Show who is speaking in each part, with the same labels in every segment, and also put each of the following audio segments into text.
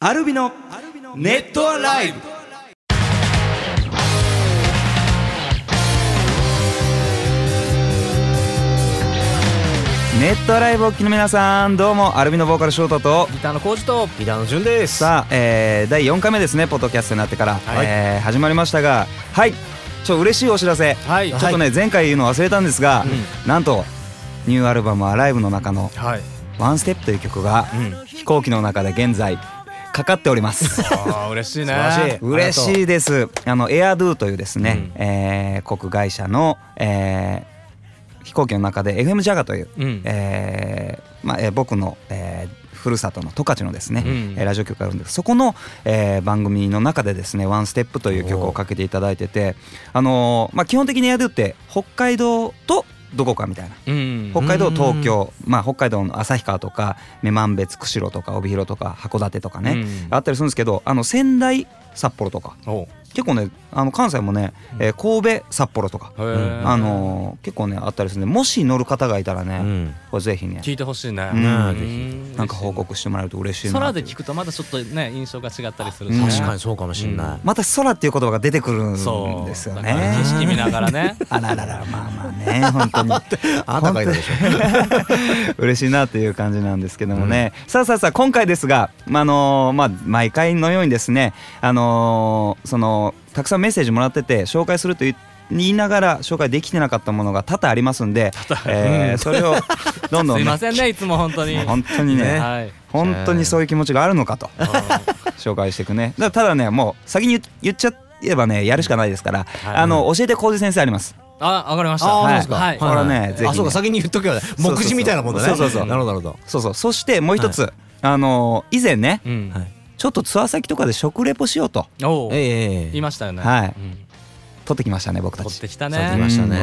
Speaker 1: アルビのネットアライブネットアライブをお聞きの皆さんどうもアルビのボーカルショートと
Speaker 2: ギターのコージと
Speaker 3: ギターの順です
Speaker 1: さあ、えー、第4回目ですねポッドキャストになってから、
Speaker 3: はい
Speaker 1: えー始まりましたがはいちょ嬉しいお知らせ、
Speaker 3: はい
Speaker 1: ちょっとね、前回言うの忘れたんですが、なんとニューアルバム「アライブ」の中の
Speaker 3: はい
Speaker 1: 「ワンステップという曲が、
Speaker 3: ん
Speaker 1: 飛行機の中で現在かかっております。
Speaker 3: ああ嬉しいね
Speaker 1: 嬉しいです。あのエアドゥというですね、
Speaker 3: う
Speaker 1: えー航空会社の、えー飛行機の中で FM ジャガという、
Speaker 3: うん
Speaker 1: えーまあえー僕の、えーふるさとの十勝のですね、
Speaker 3: うん
Speaker 1: えーラジオ局があるんですそこの、えー番組の中でですね「ワンステップという曲をかけていただいてて、あのーまあ、基本的にエアドゥって北海道とどこかみたいな
Speaker 3: うん
Speaker 1: 北海道東
Speaker 3: うん
Speaker 1: 京、まあ、北海道の旭川とか女満別釧路とか帯広とか函館とかね、
Speaker 3: うん
Speaker 1: あったりするんですけどあの仙台札幌とか
Speaker 3: おう
Speaker 1: 結構ねあの関西もね、えー神戸札幌とか、
Speaker 3: へー
Speaker 1: あのー結構ねあったりするんでもし乗る方がいたらね、
Speaker 2: うん
Speaker 1: これぜひね
Speaker 3: 聞いてほしいね
Speaker 1: うん
Speaker 3: う
Speaker 2: ぜ
Speaker 1: なんか報告してもらえると嬉しいな
Speaker 3: 空
Speaker 1: って
Speaker 3: で
Speaker 1: いう
Speaker 3: 聞くとまだちょっとね印象が違ったりするしね
Speaker 2: 確かにそうかもしんない、
Speaker 1: また空っていう言葉が出てくるんです
Speaker 3: そう
Speaker 1: よ
Speaker 3: だから
Speaker 1: ね
Speaker 3: 景色見ながらね
Speaker 1: あらららまあまあね本 当に
Speaker 2: あなたがいたでしょ
Speaker 1: 嬉しいなという感じなんですけどもね、さあさあさあ今回ですが、まああのまあ、毎回のようにですね、あのそのたくさんメッセージもらってて紹介すると言い言いながら紹介できてなかったものが多々ありますんで、えーそれをどんどん
Speaker 3: す
Speaker 1: ね
Speaker 3: いませんねいつも本当に
Speaker 1: もう本当にね
Speaker 3: はい
Speaker 1: 本当にそういう気持ちがあるのかと紹介していく ねだただねもう先に言言っちゃえばねやるしかないですから、
Speaker 3: い
Speaker 1: あの教えて浩二先生あります
Speaker 3: あ上がりました
Speaker 2: あ
Speaker 1: はい
Speaker 2: あそうですか
Speaker 3: はい
Speaker 1: これはねぜひね
Speaker 2: あそうか先に言っとけば目次みたいなもんだね
Speaker 1: そうそうそう
Speaker 2: なるほどなるほ
Speaker 1: そうそうそしてもう一つ、あの以前ね、
Speaker 3: うん
Speaker 2: どはい
Speaker 1: ちょっとツアー先とかで食レポしようと
Speaker 3: おお
Speaker 2: ええええ
Speaker 3: 言いましたよね
Speaker 1: はい
Speaker 3: うん
Speaker 1: 撮ってきましたね僕た
Speaker 3: 取っ
Speaker 1: ち
Speaker 3: てきた
Speaker 2: そう言い
Speaker 3: ね
Speaker 2: ましたね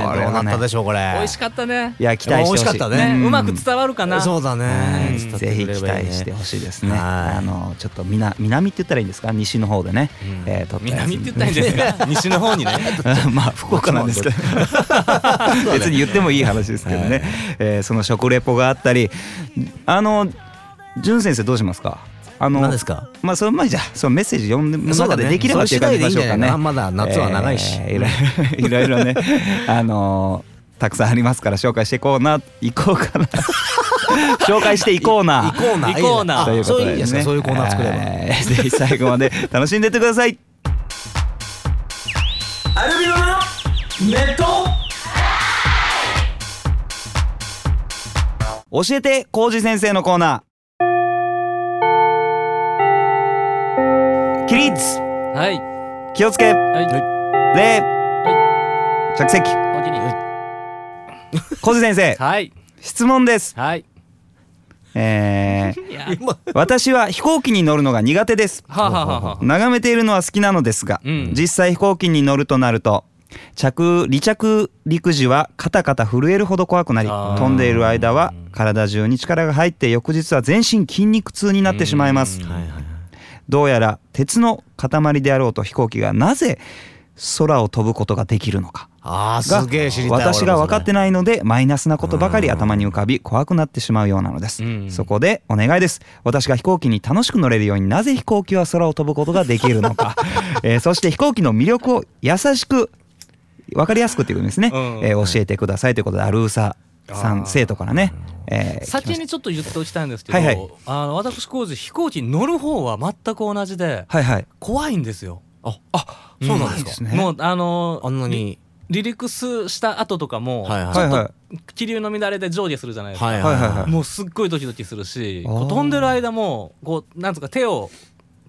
Speaker 1: うんこれはね
Speaker 2: どうなったでしょうこれ
Speaker 3: 美味しかったね
Speaker 1: いや期待してほしい
Speaker 2: 美味しかったね
Speaker 3: ねうまく伝わるかな
Speaker 2: そうだ
Speaker 1: は
Speaker 2: ね
Speaker 1: いぜひ期待してほしいですね。
Speaker 2: はい
Speaker 1: あのちょっとみな南って言ったらいいんですか西の方でね、えー撮ったやつ
Speaker 3: 南って言ったらいいんですか西の方にね
Speaker 1: まあ福岡なんですけど別に言ってもいい話ですけどね、
Speaker 2: はい
Speaker 1: えーその食レポがあったりあの潤先生どうしますかあの
Speaker 2: 何ですか
Speaker 1: まあその前にじゃあそのメッセージ読んで中でできればっていう感じにしましょうかね
Speaker 2: それ次第でいいんじゃないかなまだ夏は長いし
Speaker 1: え ーいろいろいろいろねあのーたくさんありますから紹介していこうな行こう かな紹介していこうな
Speaker 2: 行こうな
Speaker 3: 行こうな
Speaker 2: あ
Speaker 1: というこ
Speaker 2: そう
Speaker 1: と
Speaker 2: い
Speaker 1: で
Speaker 2: いんで
Speaker 1: です
Speaker 2: す
Speaker 1: ね
Speaker 2: ねそういうコーナー作れば
Speaker 1: えーぜひ最後まで楽しんでってください教えて浩二先生のコーナーキリッズ
Speaker 3: はい
Speaker 1: 気をつけ
Speaker 3: はい
Speaker 1: 礼着席
Speaker 3: おおきに
Speaker 1: 浩二先生
Speaker 3: はい
Speaker 1: 質問です
Speaker 3: はい
Speaker 1: えー
Speaker 3: いや
Speaker 2: 今
Speaker 1: 私は飛行機に乗るのが苦手です
Speaker 3: はあはあはあはあ
Speaker 1: 眺めているのは好きなのですが、
Speaker 3: うん
Speaker 1: 実際飛行機に乗るとなると着離着陸時はカタカタ震えるほど怖くなり
Speaker 3: あー
Speaker 1: 飛んでいる間は体中に力が入って翌日は全身筋肉痛になってしまいます、
Speaker 3: うん
Speaker 2: はいはい
Speaker 1: どうやら鉄の塊であろうと飛行機がなぜ空を飛ぶことができるのか
Speaker 2: ああ
Speaker 1: が
Speaker 2: すげえ知りたい
Speaker 1: 私が分かって
Speaker 2: ない
Speaker 1: ないのでマイナスなことばかり頭に浮かび怖くなってしまうようなのです、
Speaker 3: うん
Speaker 1: そこでお願いです私が飛行機に楽しく乗れるようになぜ飛行機は空を飛ぶことができるのか、 えーそして飛行機の魅力を優しく分かりやすくっていうことですね、
Speaker 3: うん
Speaker 1: えー教えてくださいということでアルーサさん生徒からね、えー
Speaker 3: 先
Speaker 1: 来まし
Speaker 3: にちょっと言っておきたいんですけど、
Speaker 1: はいはい
Speaker 3: あの私工事飛行機に乗る方は全く同じで
Speaker 1: たはいはい
Speaker 3: 怖いんですよ。
Speaker 2: ああそうなんですか
Speaker 1: ね
Speaker 3: もうあの
Speaker 2: あんなに
Speaker 3: 離陸すした後とかも、
Speaker 2: はいはい
Speaker 3: ちょっ
Speaker 1: はいは
Speaker 3: と気流の乱れで上下するじゃないですか。
Speaker 2: はい
Speaker 1: はいはいはい
Speaker 3: もうすっごいドキドキするし、
Speaker 1: あー
Speaker 3: こう飛んでる間もこうなんつうか手を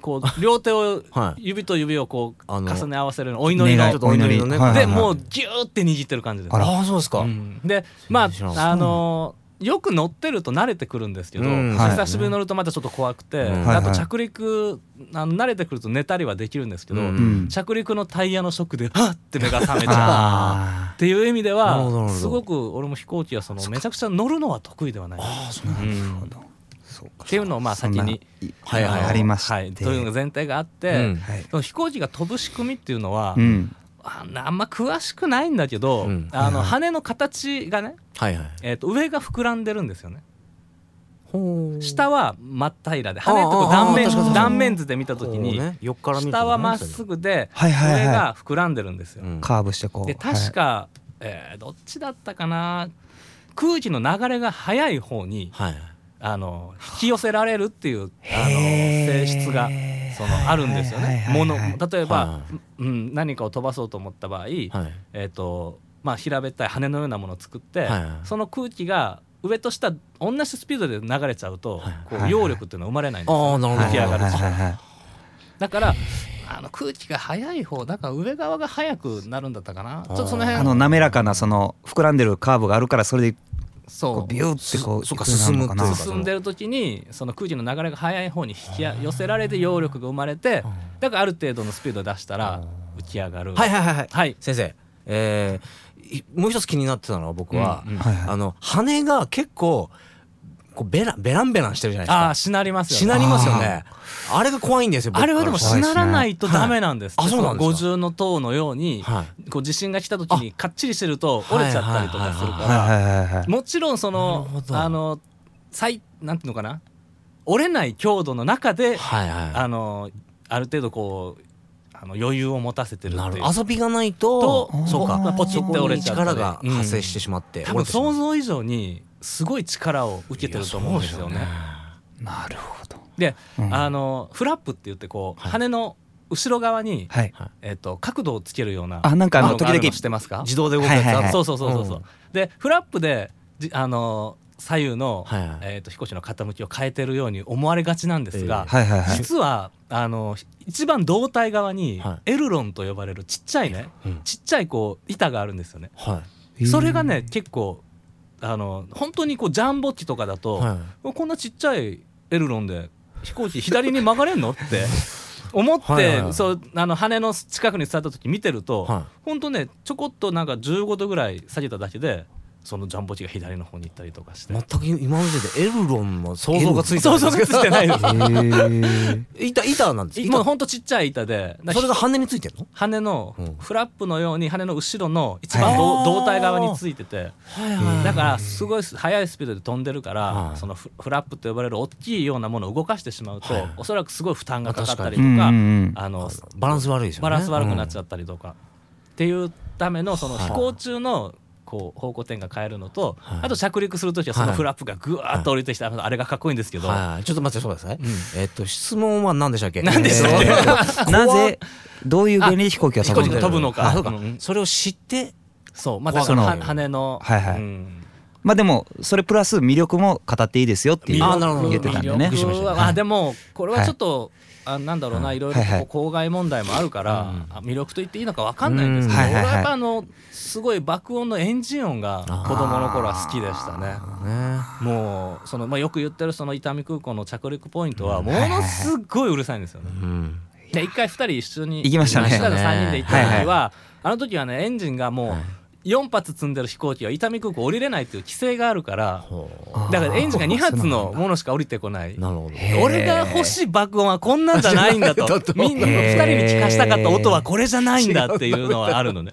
Speaker 3: こう両手を
Speaker 2: はい
Speaker 3: 指と指をこう
Speaker 2: あの
Speaker 3: 重ね合わせるのお祈り
Speaker 1: 願
Speaker 3: の
Speaker 1: い
Speaker 2: ちょっとお祈りのね
Speaker 1: はいはい
Speaker 3: で
Speaker 1: はい
Speaker 3: もうギューって握ってる感じです。
Speaker 1: あら
Speaker 2: ああそうですか
Speaker 3: うんでまあ
Speaker 2: 知らなかった
Speaker 3: あのーよく乗ってると慣れてくるんですけど、
Speaker 2: うん
Speaker 1: はい
Speaker 3: 久しぶりに乗るとまたちょっと怖くて、
Speaker 2: うん
Speaker 3: あと着陸あの慣れてくると寝たりはできるんですけど、
Speaker 2: うん
Speaker 1: うん
Speaker 3: 着陸のタイヤのショックではっって目が覚めちゃ う
Speaker 1: あ
Speaker 3: っていう意味で
Speaker 2: なるほどなる
Speaker 3: は
Speaker 2: ほど
Speaker 3: すごく俺も飛行機はそのめちゃくちゃ乗るのは得意ではない。
Speaker 2: ああそうなん
Speaker 3: う
Speaker 1: ー
Speaker 2: だ
Speaker 1: なる
Speaker 3: ん
Speaker 1: ほどそうか
Speaker 3: っていうのをまあ
Speaker 1: そん
Speaker 3: 先
Speaker 1: な
Speaker 3: に
Speaker 2: はいはい
Speaker 3: の
Speaker 1: ありまして
Speaker 3: はい、というのが前提があって、
Speaker 2: うん
Speaker 1: はい
Speaker 3: その飛行機が飛ぶ仕組みっていうのは、
Speaker 1: うん
Speaker 3: あんなあんま詳しくないんだけど、
Speaker 2: うん
Speaker 3: あの羽の形がね、
Speaker 2: はいはい
Speaker 3: えー、と上が膨らんでるんですよね。
Speaker 2: ほう
Speaker 3: 下は真っ平らで羽と
Speaker 2: あ
Speaker 3: か
Speaker 2: ああ
Speaker 3: 断
Speaker 2: あ
Speaker 3: 面
Speaker 2: 確かに確かに
Speaker 3: 断面図で見た時に、
Speaker 2: こうね横から見ると
Speaker 3: 下はまっすぐで
Speaker 1: はいはいはい
Speaker 3: 上が膨らんでるんですよ。
Speaker 2: うん
Speaker 1: カーブしてこう
Speaker 3: で確か、えーどっちだったかな空気の流れが速い方に
Speaker 2: はい
Speaker 3: あの引き寄せられるっていうあの
Speaker 1: へー
Speaker 3: 性質がそのあるんですよ
Speaker 1: はいはい
Speaker 3: ね。
Speaker 1: はい
Speaker 3: も
Speaker 1: は
Speaker 3: の
Speaker 1: い
Speaker 3: 例えば、
Speaker 2: は
Speaker 3: うん、何かを飛ばそうと思った場合、
Speaker 2: はい
Speaker 3: えーとまあ、平べったい羽のようなものを作って、
Speaker 2: はいはい
Speaker 3: その空気が上と下同じスピードで流れちゃうと、
Speaker 2: はい
Speaker 3: こ
Speaker 1: は
Speaker 3: う
Speaker 1: い
Speaker 3: 揚力っていうのは生まれないんですよ、
Speaker 2: ああなるほど
Speaker 3: 出来上がる
Speaker 1: はい
Speaker 3: し
Speaker 1: はいはいはい
Speaker 3: だからあの空気が速い方だから上側が速くなるんだったかなちょっとその辺
Speaker 1: あの滑らかなその膨らんでるカーブがあるからそれでこ
Speaker 3: そう
Speaker 1: ビューってこう
Speaker 2: そそうか
Speaker 1: 行くようになるの
Speaker 2: 進むっていうか
Speaker 3: 進んでる時にその空気の流れが速い方に引きや寄せられて揚力が生まれてだからある程度のスピードを出したら浮き上がる。
Speaker 2: はいはいはいはい
Speaker 3: はい
Speaker 2: 先生えーいもう一つ気になってたのは僕は
Speaker 3: うんうん
Speaker 1: はいはい
Speaker 2: あの羽が結構こうベラベランベランしてるじゃない
Speaker 3: ああ
Speaker 2: ですか
Speaker 3: しなりますよね
Speaker 2: しなりますよねあれが怖いんですよ僕
Speaker 3: あれはでも
Speaker 2: から
Speaker 3: しならないとダメなんですって、
Speaker 2: はいあそうなんですか
Speaker 3: 五重の塔のように、
Speaker 2: は
Speaker 3: こう地震が来た時にかっちりしてると折れちゃったりとかする
Speaker 2: は
Speaker 3: か
Speaker 1: はい
Speaker 3: ら
Speaker 1: はいはいはい
Speaker 3: もちろんその
Speaker 2: なるほど
Speaker 3: あの最なんていうのかな折れない強度の中で、
Speaker 2: はいは
Speaker 3: あのある程度こうあの余裕を持たせて
Speaker 2: い
Speaker 3: る
Speaker 2: な
Speaker 3: っ
Speaker 2: る
Speaker 3: ていう
Speaker 2: ほど遊びがないと
Speaker 3: と
Speaker 2: そう
Speaker 1: ま
Speaker 2: か
Speaker 1: あポチ
Speaker 2: そ
Speaker 1: って
Speaker 2: こ
Speaker 1: 折れ
Speaker 2: に
Speaker 3: ちゃったり
Speaker 2: 力が発生してしまって
Speaker 3: 多
Speaker 2: 折
Speaker 3: 分
Speaker 2: れてしまう
Speaker 3: 想像以上にすごい力を受けてると思うんですよね。
Speaker 2: いや
Speaker 1: なるほど
Speaker 3: で、
Speaker 1: うん
Speaker 3: あのフラップって言ってこう、
Speaker 2: はい
Speaker 3: 羽の後ろ側に、
Speaker 1: はい
Speaker 3: えっと角度をつけるような
Speaker 1: あなんかあの時々
Speaker 3: る知ってますか
Speaker 2: 自動で動くや
Speaker 1: はい
Speaker 2: つ
Speaker 1: はいはい
Speaker 2: あ
Speaker 3: そうそうそうそうそう、
Speaker 2: うん
Speaker 3: でフラップでじあのー左右の、
Speaker 2: はいはい
Speaker 3: えー、と飛行士の傾きを変えてるように思われがちなんですが、
Speaker 1: はいはいはい
Speaker 3: 実はあのひ一番胴体側に
Speaker 2: は
Speaker 3: エルロンと呼ばれるちっちゃいね、
Speaker 2: うん
Speaker 3: ちっちゃいこう板があるんですよね。
Speaker 2: は
Speaker 3: それがね結構あの本当にこうジャンボ機とかだと、
Speaker 2: いはい
Speaker 3: こんなちっちゃいエルロンで飛行機左に曲がれんのって思って、
Speaker 2: はいはいはい
Speaker 3: そうあの羽の近くに座った時見てると、
Speaker 2: は
Speaker 3: ほんとねちょこっとなんか15度ぐらい下げただけでそのジャンボ機が左の方に行ったりとかして
Speaker 2: 全く今まででエルロンの想像がついて
Speaker 3: 想像がついてない です
Speaker 1: へー
Speaker 2: 板板なんです
Speaker 3: もう
Speaker 2: 板
Speaker 3: ほんとちっちゃい板でだ
Speaker 2: それが羽についてるの
Speaker 3: 羽の
Speaker 2: うん
Speaker 3: フラップのように羽の後ろの一番
Speaker 2: は
Speaker 3: 胴
Speaker 2: い
Speaker 3: 胴体側についてて
Speaker 2: はい
Speaker 3: だからすごい速いスピードで飛んでるか
Speaker 2: は
Speaker 3: ら
Speaker 2: い
Speaker 3: そのフフラップと呼ばれる大きいようなものを動かしてしまうと
Speaker 2: はい
Speaker 3: おそらくすごい負担がかかったり
Speaker 1: う
Speaker 3: と
Speaker 1: んう
Speaker 3: か
Speaker 1: ん
Speaker 3: あの
Speaker 2: バランス悪いですよね
Speaker 3: バランス悪くなっち
Speaker 2: ゃ
Speaker 3: ゃったりとか、っていうためのその
Speaker 2: はい
Speaker 3: 飛行中のこう方向転換変えるのと、
Speaker 2: はい
Speaker 3: あと着陸する時はその
Speaker 2: はい
Speaker 3: フラップがぐわーっと降りてきた、あのあれがかっこいいんですけど、
Speaker 2: はいちょっと待ってくださいえっと質問は何でしたっけ
Speaker 3: 何でしたっけ
Speaker 2: えー
Speaker 1: うん なぜどういう原理で飛行機が
Speaker 3: 飛
Speaker 1: 飛
Speaker 3: 行
Speaker 1: ぶ
Speaker 3: 機
Speaker 1: ん
Speaker 3: が
Speaker 1: だ
Speaker 3: 飛ぶのか
Speaker 2: あそうか
Speaker 3: うん
Speaker 2: それを知って
Speaker 3: そうまたそ
Speaker 1: 怖
Speaker 3: の
Speaker 1: が
Speaker 3: は
Speaker 2: る
Speaker 3: 羽の、
Speaker 1: はいはい
Speaker 3: うん
Speaker 1: まあでもそれプラス魅力も語っていいですよっていう
Speaker 2: あなるほど
Speaker 1: 言ってたんでね
Speaker 3: 魅力はあでもこれははいちょっと、あなんだろうな、いろいろ
Speaker 1: はいはい
Speaker 3: こう公害問題もあるから、
Speaker 2: うん
Speaker 3: あ魅力と言っていいのかわかんないんですけど、
Speaker 1: うんはいはいはい
Speaker 3: 俺はやっぱあのすごい爆音のエンジン音が子供の頃は好きでしたね。
Speaker 2: ね
Speaker 3: もうその、まあ、よく言ってるその伊丹空港の着陸ポイントは
Speaker 2: うん
Speaker 3: ものすごいうるさいんですよね。
Speaker 2: うん
Speaker 3: で一回二人一緒に
Speaker 1: 行きましたね
Speaker 3: 明日の3人で行った
Speaker 1: はい
Speaker 3: 時はあの時はねエンジンがもう4発積んでる飛行機は伊丹空港降りれないっていう規制があるから
Speaker 2: ほ。
Speaker 3: だからエンジンが2発のものしか降りてこないう
Speaker 2: なるほど
Speaker 1: へー
Speaker 3: 俺が欲しい爆音はこんなんじゃないんだ
Speaker 2: だ
Speaker 3: と
Speaker 2: と
Speaker 3: みんな2人に聞かしたかった音はこれじゃないんだっていうのはあるのね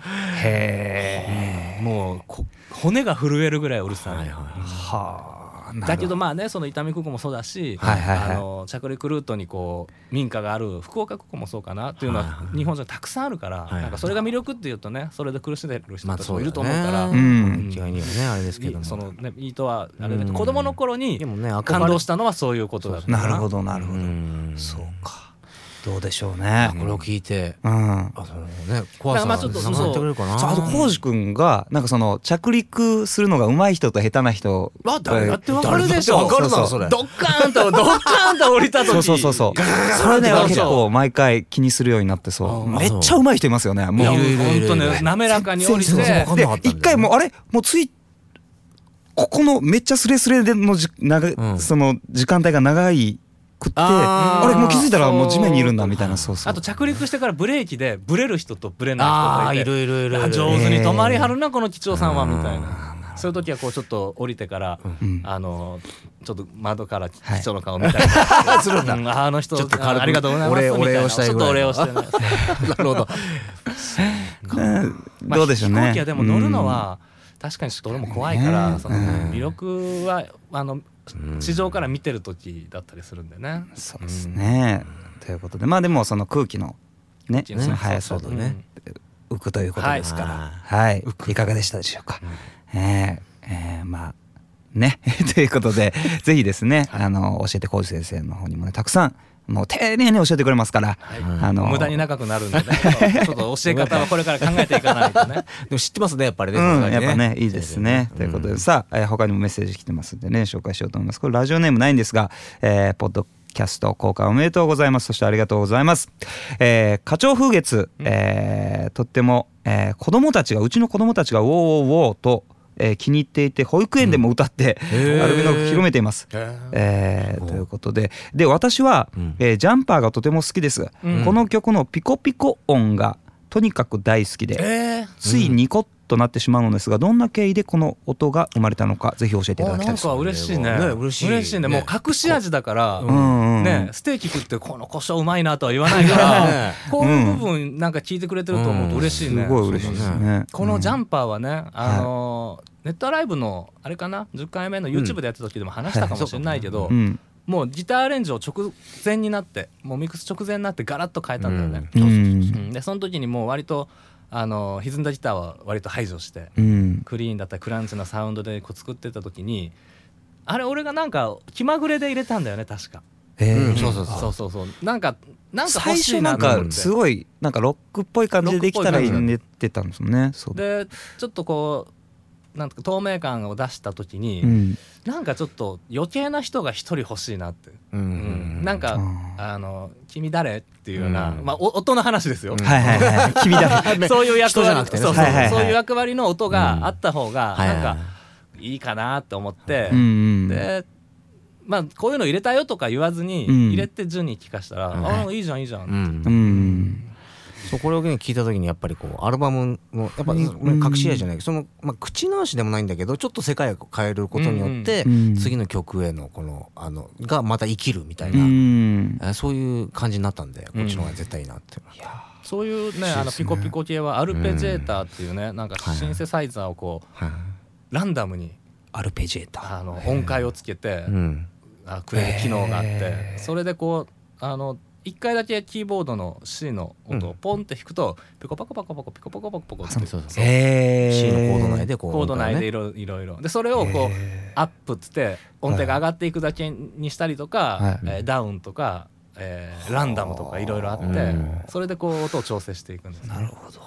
Speaker 1: へ
Speaker 3: もうこ骨が震えるぐらいうるさい、
Speaker 2: はいはい
Speaker 1: えはあなるほ
Speaker 3: だけどまあねその伊丹空港もそうだし、
Speaker 1: はいはいはい
Speaker 3: あの着陸ルートにこう民家がある福岡空港もそうかなっていうの
Speaker 2: はい
Speaker 3: は日本人はたくさんあるから、
Speaker 2: いはい
Speaker 3: なんかそれが魅力っていうとねそれで苦しんでる人たちもいると思う
Speaker 2: まあ
Speaker 3: か
Speaker 2: そう
Speaker 3: ら、
Speaker 2: だね
Speaker 1: うん
Speaker 2: 一概にはねあれですけど
Speaker 3: い
Speaker 2: も
Speaker 3: そのねいいとはあれだけ
Speaker 2: う
Speaker 3: ど
Speaker 2: ん
Speaker 3: 子供の頃に
Speaker 2: でもね
Speaker 3: 感動したたのはそういうことだったか
Speaker 1: なるほどなるほど、そ
Speaker 2: そ
Speaker 1: ううんかどうでしょうね
Speaker 2: これを聞いて
Speaker 1: うん
Speaker 2: あそのね怖さ
Speaker 3: まあ
Speaker 2: が
Speaker 3: ちょっと
Speaker 2: なくなってくれるかな
Speaker 1: そうあと浩司君がなんかその着陸するのが上手い人と下手な人
Speaker 3: わ誰だってわかるでしょ
Speaker 2: 誰だってわかるだろ
Speaker 1: そう
Speaker 2: それ
Speaker 3: ドッカーンとドッカーンと降りた時
Speaker 1: そうそうそうそうそれね
Speaker 3: そうそう
Speaker 1: 結構毎回気にするようになってそう
Speaker 2: あー
Speaker 1: めっちゃ上手い人いますよね
Speaker 3: い
Speaker 1: も
Speaker 3: や
Speaker 1: う
Speaker 2: いるいるい
Speaker 3: 本
Speaker 2: る
Speaker 3: 当ね滑らかに降りて
Speaker 2: 全然わかんなかったんだよね
Speaker 1: で一回もうあれもうついここのめっちゃスレスレでのじ長い、
Speaker 2: うん
Speaker 1: その時間帯が長いくって
Speaker 2: あ
Speaker 1: あ
Speaker 2: ー
Speaker 1: れもう気づいたらもう
Speaker 3: そう
Speaker 1: 地面にいるんだみたいなそうそう
Speaker 3: あと着陸してからブレーキでブレる人とブレない人
Speaker 2: あ
Speaker 3: が
Speaker 2: あ
Speaker 3: い
Speaker 2: い
Speaker 3: て
Speaker 2: るいるいるい
Speaker 3: あ
Speaker 2: る
Speaker 3: 上 手に止まりはるなこの機長さんはみたいなそういう時はこうちょっと降りてから、
Speaker 1: ん
Speaker 3: あのちょっと窓から機長の顔見たり、 するんだ、うんあの人
Speaker 2: ちょっと軽く
Speaker 3: ありがとうございますみたいな
Speaker 2: お礼お礼をしたい
Speaker 3: ちょっ
Speaker 2: ぐ
Speaker 3: と
Speaker 2: らい
Speaker 3: お礼をしてね
Speaker 2: なるほど
Speaker 1: うんどうでしょうね、
Speaker 3: まあ飛行機はでも乗るのは、確かにちょっと俺も怖いから、
Speaker 1: ね
Speaker 3: その
Speaker 1: うん
Speaker 3: 魅力はあの
Speaker 2: うん
Speaker 3: 地上から見てる時だったりするんでね。
Speaker 1: そうですね、ということでまあでもその空気のね
Speaker 3: う
Speaker 1: そ
Speaker 3: ん
Speaker 1: の速さ
Speaker 2: そ
Speaker 1: で
Speaker 2: うだね。
Speaker 1: 浮くということですから、
Speaker 2: は
Speaker 1: はい、いかがでしたでしょうか。えーえーまあね ということ でぜひですね、あの教えて浩二先生の方にもねたくさんもう丁寧に教えてくれますから、
Speaker 3: はい
Speaker 1: あの
Speaker 3: 無駄に長くなるんでね。ちょっと教え方はこれから考えていかない とね。
Speaker 2: でも知ってますねやっぱりね。
Speaker 1: うん
Speaker 2: さすがに
Speaker 1: やっぱねいいですね。ということで、さあ、えー他にもメッセージ来てますんでね紹介しようと思います。これラジオネームないんですが、えーポッドキャスト公開おめでとうございます。そしてありがとうございます。えー、課長風月、えーとっても、えー子供たちがうちの子供たちがウォーウォーウォーと、えー気に入っていて保育園でも歌って、
Speaker 2: へー
Speaker 1: アルビノを広めています。
Speaker 2: え
Speaker 1: えーということでで私は、
Speaker 2: うん
Speaker 1: えージャンパーがとても好きです、
Speaker 3: うん
Speaker 1: この曲のピコピコ音がとにかく大好きで、
Speaker 3: え
Speaker 1: ついニコッとなってしまうのですがどんな経緯でこの音が生まれたのかぜひ教えていただきたいです
Speaker 3: なんか嬉しいね。
Speaker 2: ね嬉しい
Speaker 3: ね。もう
Speaker 2: ね
Speaker 3: 隠し味だから。
Speaker 1: んうん
Speaker 3: ね、ステーキ食ってこの胡椒うまいなとは言わな いから
Speaker 2: ね
Speaker 3: こういう部分なんか聞いてくれてると思うと嬉しい
Speaker 1: す
Speaker 3: ね、
Speaker 1: ごい嬉しいです
Speaker 2: そう
Speaker 1: ね
Speaker 3: このジャ
Speaker 1: ン
Speaker 3: ンパーはね、あのーネットライブのあれかな10回目の YouTube でやった時でも話したかもしれないけど、
Speaker 1: プうん
Speaker 3: もうギターアレンジを直前になってもうミックス直前になってガラッと変えたんだよね、
Speaker 1: う
Speaker 3: うん
Speaker 1: ん
Speaker 3: でその時にもう割とあのー歪んだギターは割と排除して
Speaker 1: うん
Speaker 3: クリーンだったりクランチなサウンドでこう作ってた時にあれ俺がなんか気まぐれで入れたんだよね確か
Speaker 1: えー
Speaker 2: うんそうそう
Speaker 3: そうそうそうなんかなんか
Speaker 1: 最
Speaker 3: 欲し
Speaker 1: 初
Speaker 3: い
Speaker 1: な
Speaker 3: なんと思っ
Speaker 1: か
Speaker 3: て
Speaker 1: すごいなんかロックっぽい感じでできたらいいねってたんですもんねそうだ
Speaker 3: でちょっとこうなんとか透明感を出した時に、
Speaker 1: うん
Speaker 3: なんかちょっと余計な人が一人欲しいなって、
Speaker 2: う
Speaker 3: うん
Speaker 2: ん
Speaker 3: なんか、
Speaker 1: あ
Speaker 3: あの「君誰?」っていうような、
Speaker 2: うん
Speaker 3: まあお音の話ですよ、
Speaker 2: うん
Speaker 1: はいはいはい君だけ
Speaker 3: そういう役
Speaker 2: 人じゃな
Speaker 3: 割
Speaker 2: くてね
Speaker 3: そうそう
Speaker 1: はいはいはい
Speaker 3: そういう役割の音があった方が
Speaker 2: はい
Speaker 3: なんかいいかなって思って、
Speaker 1: うんうん
Speaker 3: でまあこういうの入れたよとか言わずに、
Speaker 1: うん
Speaker 3: 入れて順に聞かしたら「
Speaker 2: うん
Speaker 3: ああいいじゃんいいじゃん」
Speaker 2: うん
Speaker 1: うん
Speaker 2: そうこれをね聞いた時にやっぱりこうアルバムのやっぱ
Speaker 1: うん
Speaker 2: 隠し合いじゃないけどその、まあ、口直しでもないんだけどちょっと世界を変えることによって、
Speaker 1: うんうんうん
Speaker 2: 次の曲へのこのあのがまた生きるみたいうな、
Speaker 1: ん
Speaker 2: あそういう感じになったんでこっちの方が絶対いいなって、
Speaker 3: そういうねあのピコピコ系はアルペジェーターっていうね、なんかシンセサイザーをこう、
Speaker 2: はい
Speaker 3: ランダムに
Speaker 1: アルペジエーター
Speaker 3: あの音階をつけて、
Speaker 2: うん
Speaker 3: あくれる機能があって、
Speaker 1: へー
Speaker 3: それでこうあの1回だけキーボードの C の音
Speaker 2: う
Speaker 3: をポンって弾くと、ピコパコパコパコピコパコパコパコって
Speaker 2: そうそうそう、
Speaker 1: へえ
Speaker 2: C のコード内でこう
Speaker 3: コード内でい
Speaker 2: る
Speaker 3: ろいろいろでそれをこうアップっつって音程が上がっていくだけにしたりと
Speaker 1: は
Speaker 3: か、
Speaker 1: い
Speaker 3: えーダウンとか、えーランダムとかいろいろあって、
Speaker 2: うん
Speaker 3: それでこう音を調整していくんですね、
Speaker 1: なるほど、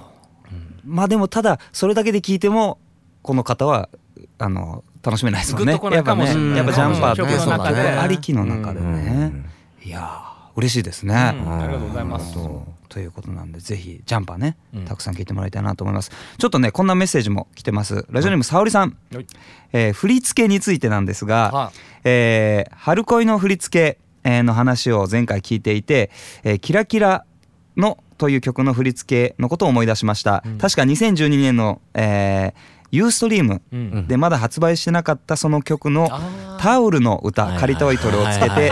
Speaker 1: まあでもただそれだけで聞いてもこの方はあの楽しめないですもんね
Speaker 3: グッとこないかもしれ
Speaker 2: ない
Speaker 1: やっぱねやっぱジャンパー
Speaker 2: 曲の中で
Speaker 1: ねありきの中で
Speaker 2: うん
Speaker 1: ね、いやー嬉しいですね、
Speaker 3: うんありがとうございます
Speaker 1: なるほどということなんでぜひジャンパーね
Speaker 3: うん
Speaker 1: たくさん聞いてもらいたいなと思います、ちょっとねこんなメッセージも来てますラジオネーム沙織さん、
Speaker 3: はい
Speaker 1: えー振り付けについてなんですが、
Speaker 3: は
Speaker 1: えー春恋の振り付けえーの話を前回聞いていて「えーキラキラの」という曲の振り付けのことを思い出しました、
Speaker 3: うん
Speaker 1: 確か2012年の、えー、ユーストリーム
Speaker 3: い、うん
Speaker 1: でまだ発売してなかったその曲の「タオルの歌」借りたいトルをつけて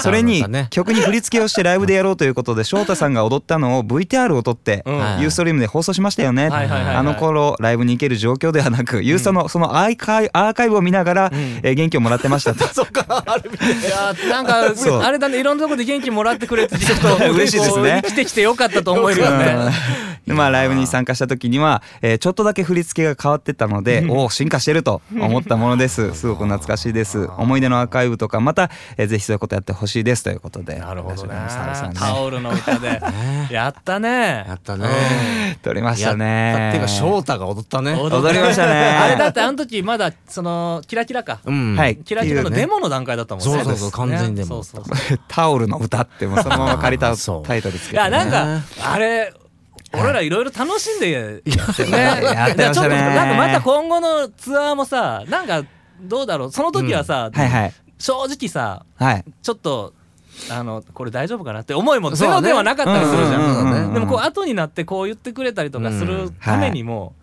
Speaker 1: それに曲に振り付けをしてライブでやろうということで翔太さんが踊ったのを VTR を撮って
Speaker 3: うん
Speaker 2: はい
Speaker 1: ユーストリームで放送しましたよね。
Speaker 3: はいはいはいはい
Speaker 1: あの頃ライブに行ける状況ではなくユーストのそのアーカイアーカイブを見ながらえー元気をもらってました と。
Speaker 3: いやーなんか
Speaker 1: そう
Speaker 3: あれだねいろんなとこで元気もらってくれてちょっ と
Speaker 1: 嬉しいですね
Speaker 3: こう生きてきてよかったと思えるよね。
Speaker 1: うんでまあライブに参加した時には、えーちょっとだけ振り付けが変わってたのでおお進化してると思ったもの ですすごく懐かしいです思い出のアーカイブとかまた、えーぜひそういうことやってほしいですということで
Speaker 3: なるほどね
Speaker 1: ラジオネームサラさんね
Speaker 3: タオルの歌 でやったね
Speaker 2: やったね
Speaker 1: 撮りましたね
Speaker 2: やったっていうか翔太が踊ったね
Speaker 3: 踊
Speaker 1: 踊りましたね
Speaker 3: あれだってあの時まだそのキラキラか、
Speaker 2: うん
Speaker 1: はい
Speaker 3: キラキラの
Speaker 1: っていうね
Speaker 3: デモの段階だったもんね
Speaker 2: そうそうそう完全デモ
Speaker 3: そうそうそう
Speaker 1: タオルの歌ってもうそのまま借りた
Speaker 2: そう
Speaker 1: タイトルつけ
Speaker 3: い
Speaker 1: て、ね、
Speaker 3: やなんかあれ俺らいろいろ楽しんでやって ね
Speaker 1: やってましたね
Speaker 3: ちょっとなんかまた今後のツアーもさなんかどうだろうその時はさ、
Speaker 1: はいはい
Speaker 3: 正直さ
Speaker 1: はい
Speaker 3: ちょっとあのこれ大丈夫かなって思いもゼ
Speaker 2: そうだ
Speaker 3: ロ
Speaker 2: ね
Speaker 3: ではなかったりするじゃん
Speaker 1: うんうんうんうん
Speaker 3: でもこう後になってこう言ってくれたりとかするためにも、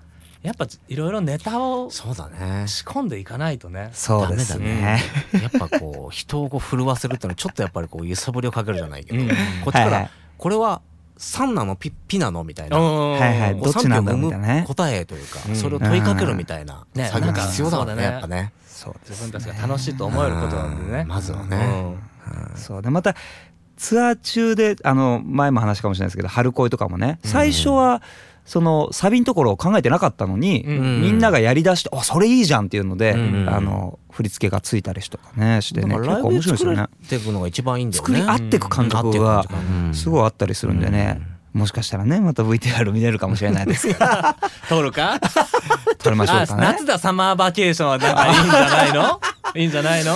Speaker 3: やっぱいろいろネタを仕
Speaker 2: そうだね
Speaker 3: 込んでいかないとね。
Speaker 1: そうですね
Speaker 2: やっぱこう人をこう震わせるってのはちょっとやっぱりこう揺さぶりをかけるじゃないけど、
Speaker 3: うん
Speaker 2: こっち
Speaker 1: は
Speaker 2: か
Speaker 1: いは
Speaker 2: ら
Speaker 1: い
Speaker 2: これは3なのピピなのみたいなこ
Speaker 1: はいは
Speaker 3: はい
Speaker 1: ど
Speaker 2: う
Speaker 1: っちなんだ
Speaker 2: 賛否を
Speaker 1: みたいなね
Speaker 2: 生む答えというか
Speaker 3: うん
Speaker 2: それを問いかけるみたいな
Speaker 3: うんね
Speaker 2: 作業が必要だもんね
Speaker 3: なんか
Speaker 2: やっぱね
Speaker 1: そう
Speaker 3: 自分たちが楽しいと思えることなんで
Speaker 2: う
Speaker 3: ね
Speaker 2: んまずは
Speaker 3: う
Speaker 2: ね
Speaker 3: ん
Speaker 1: そうでまたツアー中であの前も話かもしれないですけど春恋とかもね最初はそのサビのところを考えてなかったのに、
Speaker 3: うん
Speaker 1: みんながやりだして「あそれいいじゃん」っていうので、
Speaker 2: うん
Speaker 1: あの振り付けがついたりしとかねして
Speaker 2: だ
Speaker 1: ね
Speaker 2: か
Speaker 1: 結
Speaker 2: らライ
Speaker 1: 構
Speaker 2: ブ
Speaker 1: 面
Speaker 2: で
Speaker 1: 白いですよ
Speaker 2: 作れ
Speaker 1: ね。
Speaker 2: ていくのが一番いいんだよね
Speaker 1: 作り合っていく感覚
Speaker 2: うん合っ
Speaker 1: が
Speaker 2: ていく感じが
Speaker 1: すごいあったりするんでね、もしかしたらねまた VTR 見れるかもしれないですが
Speaker 3: 撮るか
Speaker 1: 撮りましょうか
Speaker 3: あ
Speaker 1: ね
Speaker 3: 夏。だサマーバケーションはなんかいいんじゃないのいいんじゃな いの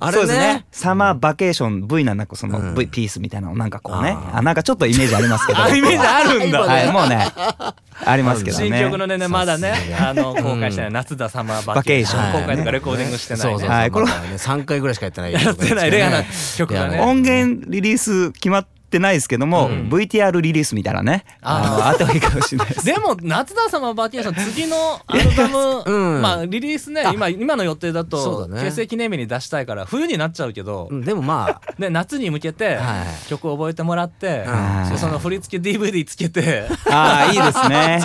Speaker 2: あ
Speaker 1: そう
Speaker 2: れ
Speaker 1: です
Speaker 2: ね
Speaker 1: ね。サマーバケーション V なんかその V ピースみたいなのなんかこうね、あなんかちょっとイメージありますけど
Speaker 3: あイメージあるんだ、
Speaker 1: はい、もうね、ありますけどね。
Speaker 3: 新曲のねねまだね
Speaker 2: さすが
Speaker 3: あの公開してない夏だサマーバケーション
Speaker 1: バケーション
Speaker 3: 公開とかレコーディングしてない
Speaker 2: そうそうそう
Speaker 3: ね
Speaker 1: はいこれ
Speaker 2: まだね3回ぐらいしかやってない
Speaker 3: やってないレアな曲だね
Speaker 2: いや
Speaker 1: 音源リリース決まってないですけども、VTR リリースみたいなね、あのあってもいいかもしれ ないです。
Speaker 3: でも夏だサマーバケーション次のアルバム、
Speaker 2: うん
Speaker 3: まあリリースね今今の予定だ
Speaker 2: そ
Speaker 3: と
Speaker 2: うだね
Speaker 3: 結成記念日に出したいから冬になっちゃうけど、
Speaker 2: うんでもまあ
Speaker 3: ね、夏に向けて
Speaker 2: はい
Speaker 3: 曲を覚えてもらって、
Speaker 1: うん
Speaker 3: でその振り付け DVD つけて
Speaker 1: ああ、いいですね。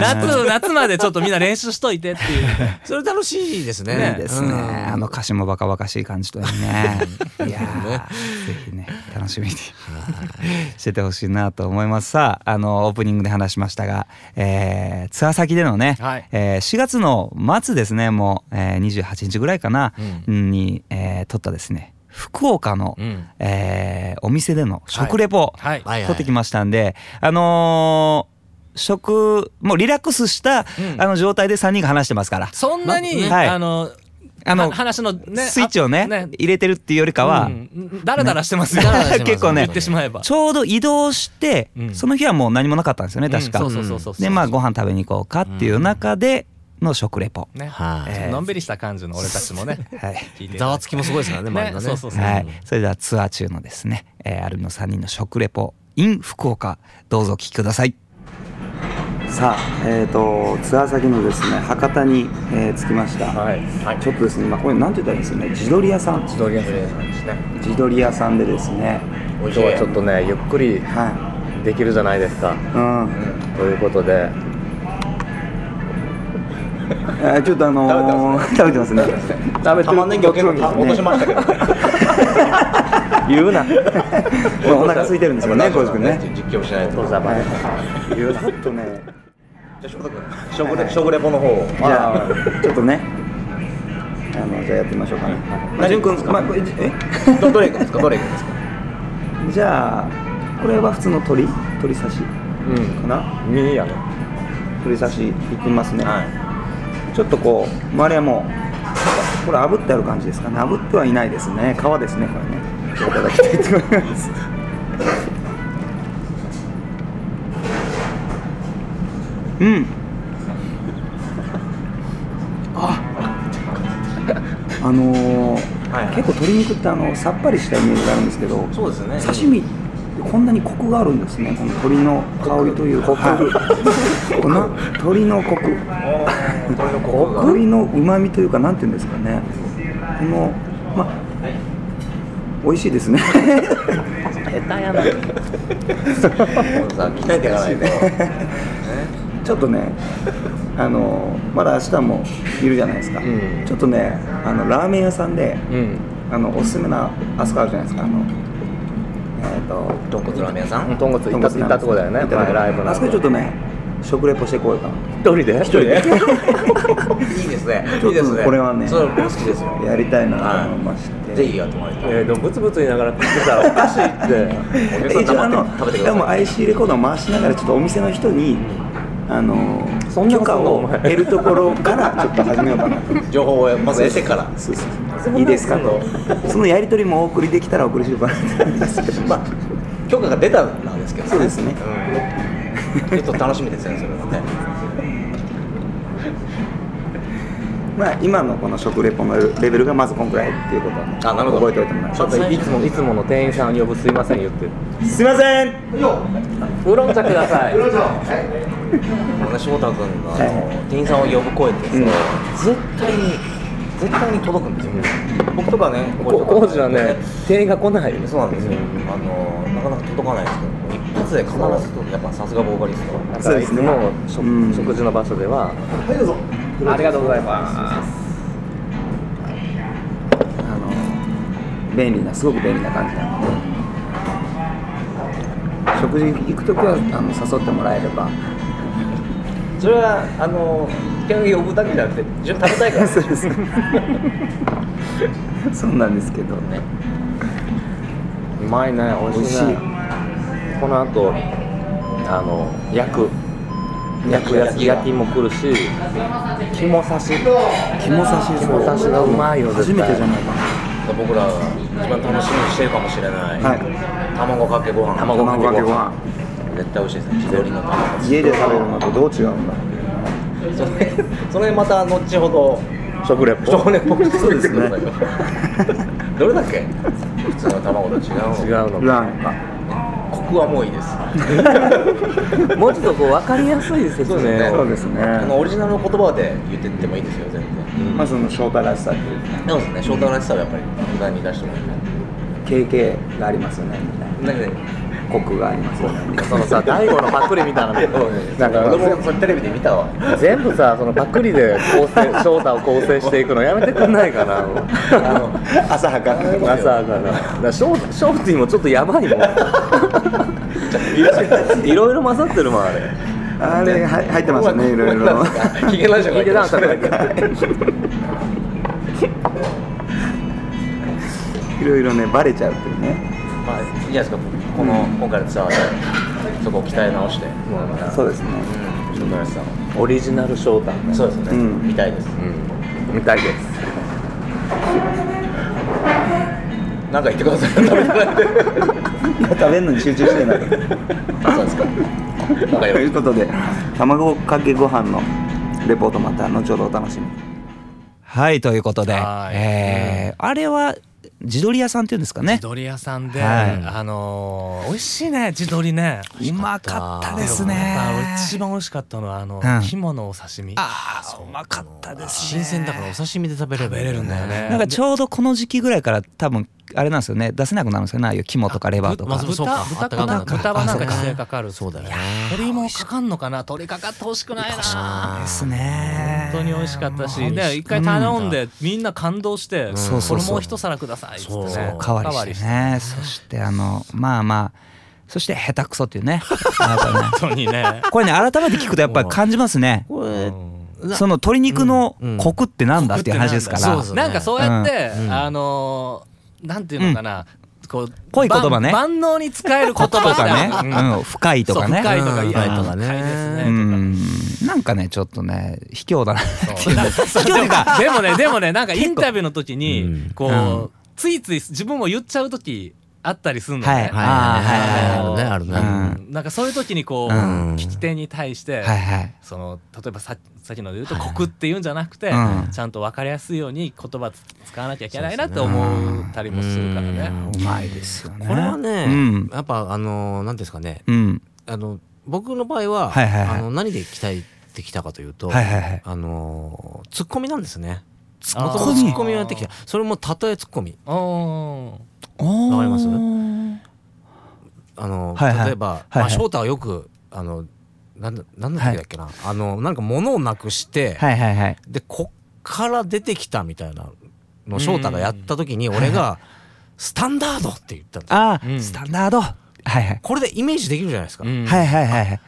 Speaker 3: 夏夏までちょっとみんな練習しといてっていう
Speaker 2: それ楽しいですね
Speaker 1: いいですね。あの歌詞もバカバカしい感じといい ね。いやー、ぜひね、楽しみにしててほしいなと思います。さあ、あのオープニングで話しましたが、えーツアー先でのね、
Speaker 3: はい
Speaker 1: えー4月の末ですね、もう、えー、28日ぐらいかな、に、えー撮ったですね、福岡の、
Speaker 3: うん
Speaker 1: えーお店での食レポ、
Speaker 3: はい
Speaker 2: はいはい
Speaker 1: 撮ってきましたんで、あのー食もうリラックスした、
Speaker 3: うん
Speaker 1: あの状態で3人が話してますから
Speaker 3: そんなに、
Speaker 1: まはい
Speaker 3: あの
Speaker 1: あの
Speaker 3: は話のね
Speaker 1: スイッチをね
Speaker 3: あ
Speaker 1: 入れてるっていうよりかは、
Speaker 3: うんだらだらしてますよ、
Speaker 2: だら だらしてます
Speaker 1: 結構ね
Speaker 3: 言ってしまえば
Speaker 1: ちょうど移動して、
Speaker 3: うん
Speaker 1: その日はもう何もなかったんですよね確か、
Speaker 3: うんそうそうそうそう
Speaker 1: でまあご飯食べに行こうかっていう中での食レポ、
Speaker 3: ね
Speaker 2: はい
Speaker 3: えーのんびりした感じの俺たち もね
Speaker 1: はい、
Speaker 3: 聞いて
Speaker 2: ざわつきもすごいですからね周りがね
Speaker 3: そうそうそう、
Speaker 1: はい、それではツアー中のですね、えー、アルミの3人の食レポ in 福岡どうぞお聞きくださいさあ、えー、とツアー先のですね博多に、えー着きました、
Speaker 4: はい、
Speaker 1: ちょっとですね、まあ、これなんて言ったらいいんですかね地鶏屋さん
Speaker 4: 自撮り屋さんですね。
Speaker 1: 地鶏屋さんでですね
Speaker 4: 今日はちょっとね、ゆっくり
Speaker 1: は
Speaker 4: できるじゃないですか。
Speaker 1: い、うん
Speaker 4: ということで、
Speaker 1: えーちょっとあのー、食べてますね
Speaker 4: 食べて
Speaker 1: 玉ねぎを結構た落としま
Speaker 4: したけど、
Speaker 1: 言うな まあお腹空いてるんですよね浩司君ね
Speaker 4: 実況しないと。じゃ
Speaker 1: はい言うなちょっとね
Speaker 4: あ翔太君、食レ食レポの方を。
Speaker 1: じゃあちょっとねあのじゃあやってみましょうかねまあ潤君まあこれじえ
Speaker 4: どどれいくんですか、どれいくんですか。
Speaker 1: じゃあこれは普通の鶏鶏刺し
Speaker 4: う、
Speaker 1: かなん
Speaker 4: ミーやね。
Speaker 1: 鶏刺しいってみますね、
Speaker 4: は
Speaker 1: ちょっとこう周りはもうこれ炙ってある感じですかね炙ってはいないですね皮ですねこれねいただきたいと思いますうんああの
Speaker 4: は
Speaker 1: ー
Speaker 4: いはい
Speaker 1: 結構鶏肉ってあのさっぱりしたイメージがあるんですけど
Speaker 4: そうですね
Speaker 1: 刺身ってこんなにコクがあるんですねこの鶏の香りというコク、はい この鶏のコク
Speaker 4: い。これのここが。
Speaker 1: 鶏のうまみというかなんていうんですかねこのまあ美味しいですね
Speaker 4: さ、鍛えていかないと。
Speaker 1: ちょっとねあのまだ明日もいるじゃないですか、
Speaker 4: ん
Speaker 1: ちょっとねあのラーメン屋さんで
Speaker 4: うん。
Speaker 1: あのおすすめなあそこあるじゃないですかあのえっ、と
Speaker 4: 豚骨ラーメン屋さん。豚骨行った行ったとこだよね。
Speaker 1: 行った
Speaker 4: 前ライブの。
Speaker 1: あそこでちょっとね食レポしてこようかな
Speaker 4: 一人で。一人で。いいですね。 いいですね。
Speaker 1: これはね
Speaker 4: それ僕好きですよ。
Speaker 1: やりたいなと思いまして、
Speaker 4: ぜひやってもらいたい。
Speaker 5: えー、でもブツブツ言いながら食ってたらおかしいって
Speaker 1: 一応あの
Speaker 4: 食べてく
Speaker 1: で
Speaker 4: ださい
Speaker 1: も IC レコーダーを回しながらちょっとお店の人にあの
Speaker 5: そんな
Speaker 1: 許
Speaker 5: こと
Speaker 1: 可を
Speaker 5: お前
Speaker 1: 得るところからちょっと始めよう かな
Speaker 4: 情報をまず得てから。
Speaker 1: そうそういいですかとそのやり取りもお送りできたらお送りしようかなって思 うんですけど
Speaker 4: まあ、許可が出たなんですけど、
Speaker 1: そうですね
Speaker 4: うん。ちょっと楽しみですね、それはね。
Speaker 1: まあ今のこの食レポのレベルがまずこんくらいっていうことをね
Speaker 4: あなるほど
Speaker 1: 覚えておいてもらい
Speaker 5: ちょっといつもいつもの店員さん呼ぶすいません言って
Speaker 1: すいません
Speaker 5: ウーロン茶ください
Speaker 4: 同じ翔太君が、あ
Speaker 1: は
Speaker 4: の、店員さんを呼ぶ声ってさ、
Speaker 1: うん
Speaker 4: 絶対に、絶対に届くんですよ。
Speaker 2: 僕とかね
Speaker 5: こ工事はね店員が来ない
Speaker 4: そうなんですよあのなかなか届かないですけど一発で必ず届くやっぱさすがボーカリスト
Speaker 5: だ
Speaker 1: そ
Speaker 5: から
Speaker 1: う
Speaker 5: い
Speaker 1: で
Speaker 5: つ
Speaker 1: すね
Speaker 5: も食
Speaker 1: うん
Speaker 5: 食事の場所では
Speaker 4: はいどうぞ
Speaker 5: ありがとうございます
Speaker 6: あの便利なすごく便利な感じなので食事行く時はあの誘ってもらえれ ば
Speaker 4: それはあの客呼ぶだけじゃなくて自分食べたいから
Speaker 6: そうですそうなんですけどね
Speaker 5: うまいね美味しいね
Speaker 6: 美
Speaker 5: この後あの焼く焼くやつ焼きも来るし肝刺し
Speaker 6: 肝刺しです
Speaker 5: 肝刺しがうまいよ
Speaker 6: 初
Speaker 5: 絶対
Speaker 6: めてじゃないか
Speaker 4: 僕らが一番楽しみにしてるかもしれない、
Speaker 6: はい
Speaker 4: 卵かけご飯
Speaker 5: 卵
Speaker 6: 卵かけご飯
Speaker 4: 絶対美味しいですね地鶏の卵
Speaker 6: 家で食べるのとどう違うんだ
Speaker 4: それそれまた後ほど
Speaker 6: 食レ
Speaker 4: 少年っぽくしてみてくださいよ
Speaker 6: そ
Speaker 4: どれだっけ普通の卵と違う
Speaker 5: 違うの
Speaker 6: ラーメンか
Speaker 4: コクはもういいです
Speaker 5: もうちょっとこう分かりやすい説
Speaker 4: そうですね
Speaker 5: 明
Speaker 6: そうですね
Speaker 4: あのオリジナルの言葉で言ってってもいいですよ全然
Speaker 6: まあその翔太らしさっていうか
Speaker 4: そうですね翔太らしさをやっぱり無駄に出してもらいたい
Speaker 6: 経験がありますよねみたい
Speaker 4: 何々
Speaker 6: なコクがありますよねみたい
Speaker 5: そのさ大悟のパクリみたいな
Speaker 4: な
Speaker 5: の
Speaker 4: んか
Speaker 5: 俺も
Speaker 4: 俺もそれテレビで見 たわ
Speaker 5: 全部さそのパクリで構成 翔太を構成していくのやめてくんないかな
Speaker 4: あの
Speaker 6: な浅は
Speaker 5: 朝か
Speaker 6: か
Speaker 5: らだからショーショーティーもちょっと やばいもん いろいろ混ざってるもんあれ
Speaker 6: あれは入ってますよね いろいろ
Speaker 4: ヒゲ男爵
Speaker 5: 聞いてダンスだ
Speaker 6: いろいろねバレちゃうっていうね
Speaker 4: まあいいじゃないですかこの今回のツアーでそこを鍛え直して
Speaker 6: そうですね
Speaker 4: 翔太らしさを
Speaker 5: オリジナルショーター
Speaker 4: そうですね、
Speaker 6: うん
Speaker 4: 見たいです
Speaker 5: みたいです
Speaker 4: なんか言ってください食べてないで
Speaker 6: 食べるのに集中してないと
Speaker 4: そうですかなんかよ
Speaker 6: いうことで卵かけご飯のレポートまた後ほどお楽しみに
Speaker 1: はいということで、
Speaker 2: はい
Speaker 1: えーあれは地鶏屋さんっていうんですかね
Speaker 2: 地鶏屋さんで、
Speaker 1: はい
Speaker 2: あのー美味しいね地鶏ね
Speaker 1: うまかったです
Speaker 2: あ
Speaker 1: ね
Speaker 2: 一番美味しかったのはあの、
Speaker 1: うん
Speaker 2: 肝のお刺身
Speaker 1: ああうまかったですね
Speaker 2: 新鮮だからお刺身で食べれる,、んだよね
Speaker 1: なんかち
Speaker 2: ょっ
Speaker 1: ょうどこの時期ぐらいから多分あれなんですよね出せなくなるんですよねああいう肝とかレバーとか
Speaker 2: まあ、そうか
Speaker 3: 豚
Speaker 2: あったかい
Speaker 3: 豚はなんか
Speaker 2: あそう
Speaker 3: 規制かかる
Speaker 2: そうだよね
Speaker 3: 鳥もかかんのかな鳥かかってほしくないな
Speaker 1: ですね
Speaker 3: 本当に美味しかったし、
Speaker 2: もう美味し
Speaker 3: で一回頼んでみんな感動して、
Speaker 1: そうそうそう
Speaker 3: これもう一皿くださいっつって
Speaker 2: そう
Speaker 3: ね
Speaker 1: おかわりしてねそしてあのまあまあそして下手くそっていうねやっぱね
Speaker 2: とにね
Speaker 1: これね改めて聞くとやっぱり感じますね
Speaker 2: これな
Speaker 1: その鶏肉の
Speaker 2: うんうん
Speaker 1: コクってなんだっていう話ですか
Speaker 2: コクってなん
Speaker 1: ら
Speaker 2: だそう
Speaker 3: なんかそうやって、
Speaker 2: うん
Speaker 3: あのーなんていうのかな、こう
Speaker 1: 濃い言葉ね
Speaker 3: 万万能に使える言葉
Speaker 1: とか
Speaker 3: が
Speaker 1: ね、うん、深いとかね
Speaker 3: そう深いとか
Speaker 2: うん
Speaker 3: いや
Speaker 2: 深いとかね
Speaker 3: 深いですね
Speaker 1: う
Speaker 3: とか
Speaker 1: んなんかねちょっとね卑怯だな
Speaker 3: そうでもでもねでもねなんかインタビューの時に
Speaker 2: うん
Speaker 3: こう、
Speaker 1: うん
Speaker 3: ついつい自分も言っちゃう時あったりするのね、
Speaker 1: はいあー
Speaker 3: の
Speaker 2: はいはいはいあるねある
Speaker 1: ね
Speaker 3: うんなんかそういう時にこう、
Speaker 1: うん
Speaker 3: 聞き手に対して、
Speaker 1: はいはい
Speaker 3: その例えばささっきので言うと「コク」って言うんじゃなくて、
Speaker 1: うん
Speaker 3: ちゃんと分かりやすいように言葉使わなきゃいけないなって思ったりもするからね。
Speaker 1: うまいですよね
Speaker 2: これはね、
Speaker 1: うん
Speaker 2: やっぱあの何ですかね
Speaker 1: うん
Speaker 2: あの僕の場合は,、
Speaker 1: はいはいはい
Speaker 2: あの何で鍛えてきたかというと、
Speaker 1: はいはいはい
Speaker 2: あのーツッコミなんですね。
Speaker 1: ツ
Speaker 2: もともとツッコミをやってきた。それもたとえツッコミ。
Speaker 3: おー
Speaker 1: わ
Speaker 2: わかります
Speaker 1: は
Speaker 2: あのー、
Speaker 1: はいはい
Speaker 2: 例えば、
Speaker 1: はいはい
Speaker 2: まあ、翔太はよくあのなんだなんだっけだっけな、あのなんか物をなくして、
Speaker 1: いはいはい
Speaker 2: でこっから出てきたみたいなのを翔太がやった時に俺が「スタンダード!」って言っ たんですよ
Speaker 1: あ
Speaker 3: う
Speaker 1: ー
Speaker 3: ん
Speaker 1: スタンダードはいはい
Speaker 2: これでイメージできるじゃないですか。
Speaker 3: うん
Speaker 1: はいはいはいはい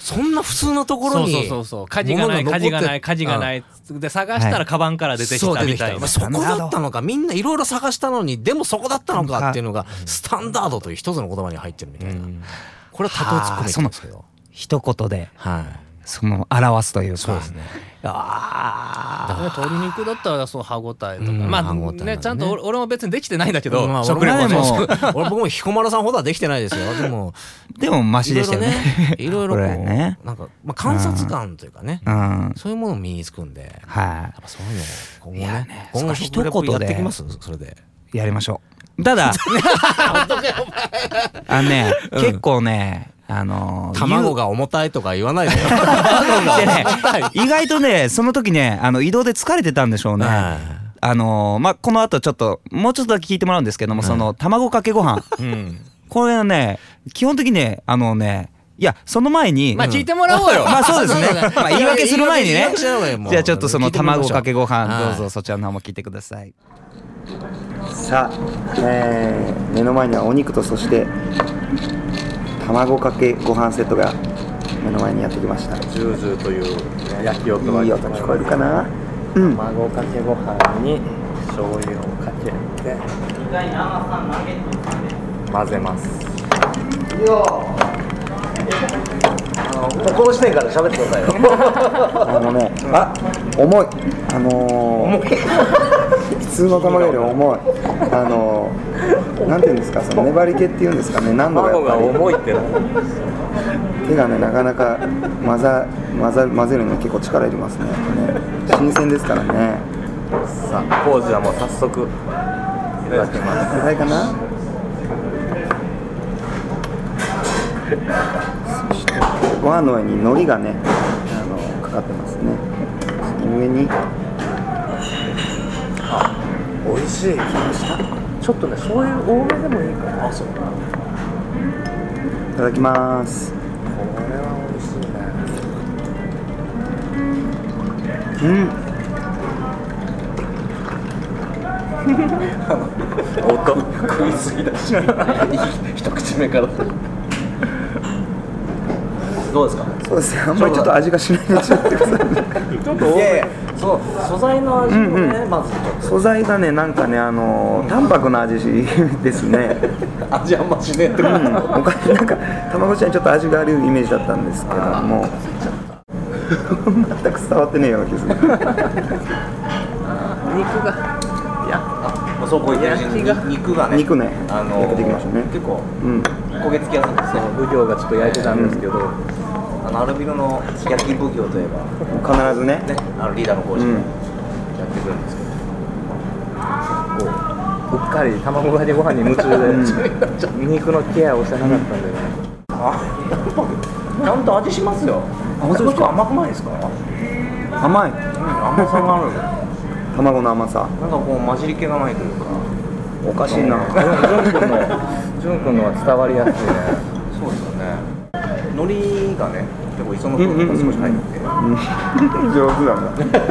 Speaker 2: そんな普通のところ
Speaker 3: そう
Speaker 2: に
Speaker 3: そうそうそう火事がない
Speaker 2: 物が
Speaker 3: 火
Speaker 2: 残
Speaker 3: 事が
Speaker 2: って
Speaker 3: ない火事がないで探した
Speaker 1: は
Speaker 3: ら
Speaker 1: い
Speaker 3: カバンから出てきたみたいな。
Speaker 2: そう出てきたまあそこだったのかみんないろいろ探したのにでもそこだったのかっていうのがスタンダードという一つの言葉に入ってるみたいな、これはたとえツッコミって言うんですけど
Speaker 1: 一言で
Speaker 2: はい
Speaker 1: その表すというか
Speaker 2: そうですね
Speaker 1: あ
Speaker 3: ね鶏肉だったらそう歯ごたえとか、
Speaker 2: うん
Speaker 3: ま
Speaker 2: 歯
Speaker 3: あ
Speaker 2: 応え
Speaker 3: ね
Speaker 2: ね
Speaker 3: ちゃんと俺俺も別にできてないんだけど、
Speaker 2: まあ
Speaker 3: 食
Speaker 2: 俺
Speaker 3: レ
Speaker 2: も
Speaker 3: ポ
Speaker 2: ね
Speaker 1: も
Speaker 3: も
Speaker 2: 俺僕も彦摩呂さんほどはできてないですよでも
Speaker 1: ーでもマシ
Speaker 2: いろ
Speaker 1: でし
Speaker 2: い
Speaker 1: た
Speaker 2: ろ
Speaker 1: よね
Speaker 2: ねいろいろこ
Speaker 1: こ
Speaker 2: う
Speaker 1: れね
Speaker 2: なんか、まあ、観察感というかね
Speaker 1: うんはい
Speaker 2: そういうものを身につくんでやっぱそういうのを今後
Speaker 1: いや
Speaker 2: ね
Speaker 1: ね
Speaker 2: 今
Speaker 1: そ
Speaker 2: 後
Speaker 1: っか
Speaker 2: 食レポ
Speaker 1: 一言
Speaker 2: やっ
Speaker 1: で
Speaker 2: ていきますそれで
Speaker 1: やりましょうた だあのね結構ねあのー
Speaker 2: 卵が重たいとか言わないで よ
Speaker 1: でね、意外とねその時ねあの移動で疲れてたんでしょうね、
Speaker 2: はい
Speaker 1: あのーまあこの後ちょっともうちょっとだけ聞いてもらうんですけども、その卵かけご飯
Speaker 2: うん
Speaker 1: これはね基本的にねあのねいやその前に、
Speaker 3: まあ聞いてもらおうよ。
Speaker 1: まあそうですねまあ言い訳する前にね
Speaker 2: 言い訳しない方がいいもう
Speaker 1: じゃあちょっとその卵かけご飯どう
Speaker 2: は
Speaker 1: ぞそちらの方も聞いてください。
Speaker 6: さあ、えー目の前にはお肉とそして卵かけご飯セットが目の前にやってきました
Speaker 5: ジュージューという焼き音が
Speaker 6: いい音聞こえるかなうん
Speaker 5: 卵かけご飯に醤油をかけて混ぜます
Speaker 4: この視点から喋ってくださいよ
Speaker 6: あのねあ重いあのー、普通の卵より重いあのー、なんていうんですかその粘り気っていうんですかね何度かや
Speaker 5: 卵
Speaker 6: っぱ
Speaker 5: が
Speaker 6: り
Speaker 5: 重いってな
Speaker 6: 手がねなかなか混ざ混ざ混ぜるのに結構力いりますねね新鮮ですからね
Speaker 5: さあ工事はもう早速いただきます
Speaker 6: 具材かなそしてご飯の上に海苔がねあのかかってますねその上に
Speaker 5: 美味しいちょっとね醤油多めでもいいかなあそうこれ
Speaker 6: いただきます
Speaker 5: は美味しいね
Speaker 6: うん
Speaker 5: 音
Speaker 4: 食いすぎだし一口目からどうですか
Speaker 6: そうですねあんまりちょっと味がしないでしょってください
Speaker 4: い
Speaker 6: ね
Speaker 4: やいやその素材の味をね、まずちょっ
Speaker 6: 素材がねなんかねあの淡白な味ですね
Speaker 4: と味あんましねえってこと
Speaker 6: うん、おかなんか卵ちゃんにちょっと味があるイメージだったんですけども全く伝わってねえような気がする
Speaker 4: まあ、そうこう言ってるうちに肉がね
Speaker 6: 肉ね
Speaker 4: あのー
Speaker 6: 焼けてきましたね
Speaker 4: 結構
Speaker 6: うん
Speaker 4: 焦げ付きやすいんですね
Speaker 5: 奉行がちょっと焼いてたんですけど、
Speaker 4: あのアルビノの焼き奉行といえば
Speaker 6: 必ずね
Speaker 4: ねあのリーダーの講師
Speaker 6: うん
Speaker 4: がやってくるんですけど、
Speaker 5: うっかり卵かけご飯に夢中で、肉のケアをしてなかったんでね、
Speaker 4: ちゃんと味しますよ
Speaker 6: 本当ですか
Speaker 4: やっぱ甘くないですか、うん、
Speaker 6: 甘
Speaker 4: 甘
Speaker 6: い
Speaker 4: さがあるな
Speaker 6: 卵の甘さ
Speaker 4: んかこう混じり気がないというか
Speaker 6: おかしいな
Speaker 5: ジュン君 のジュン君のは伝わりやすいね
Speaker 4: そうですよね海苔がね結構磯の部分が少し入ってて、
Speaker 6: 上手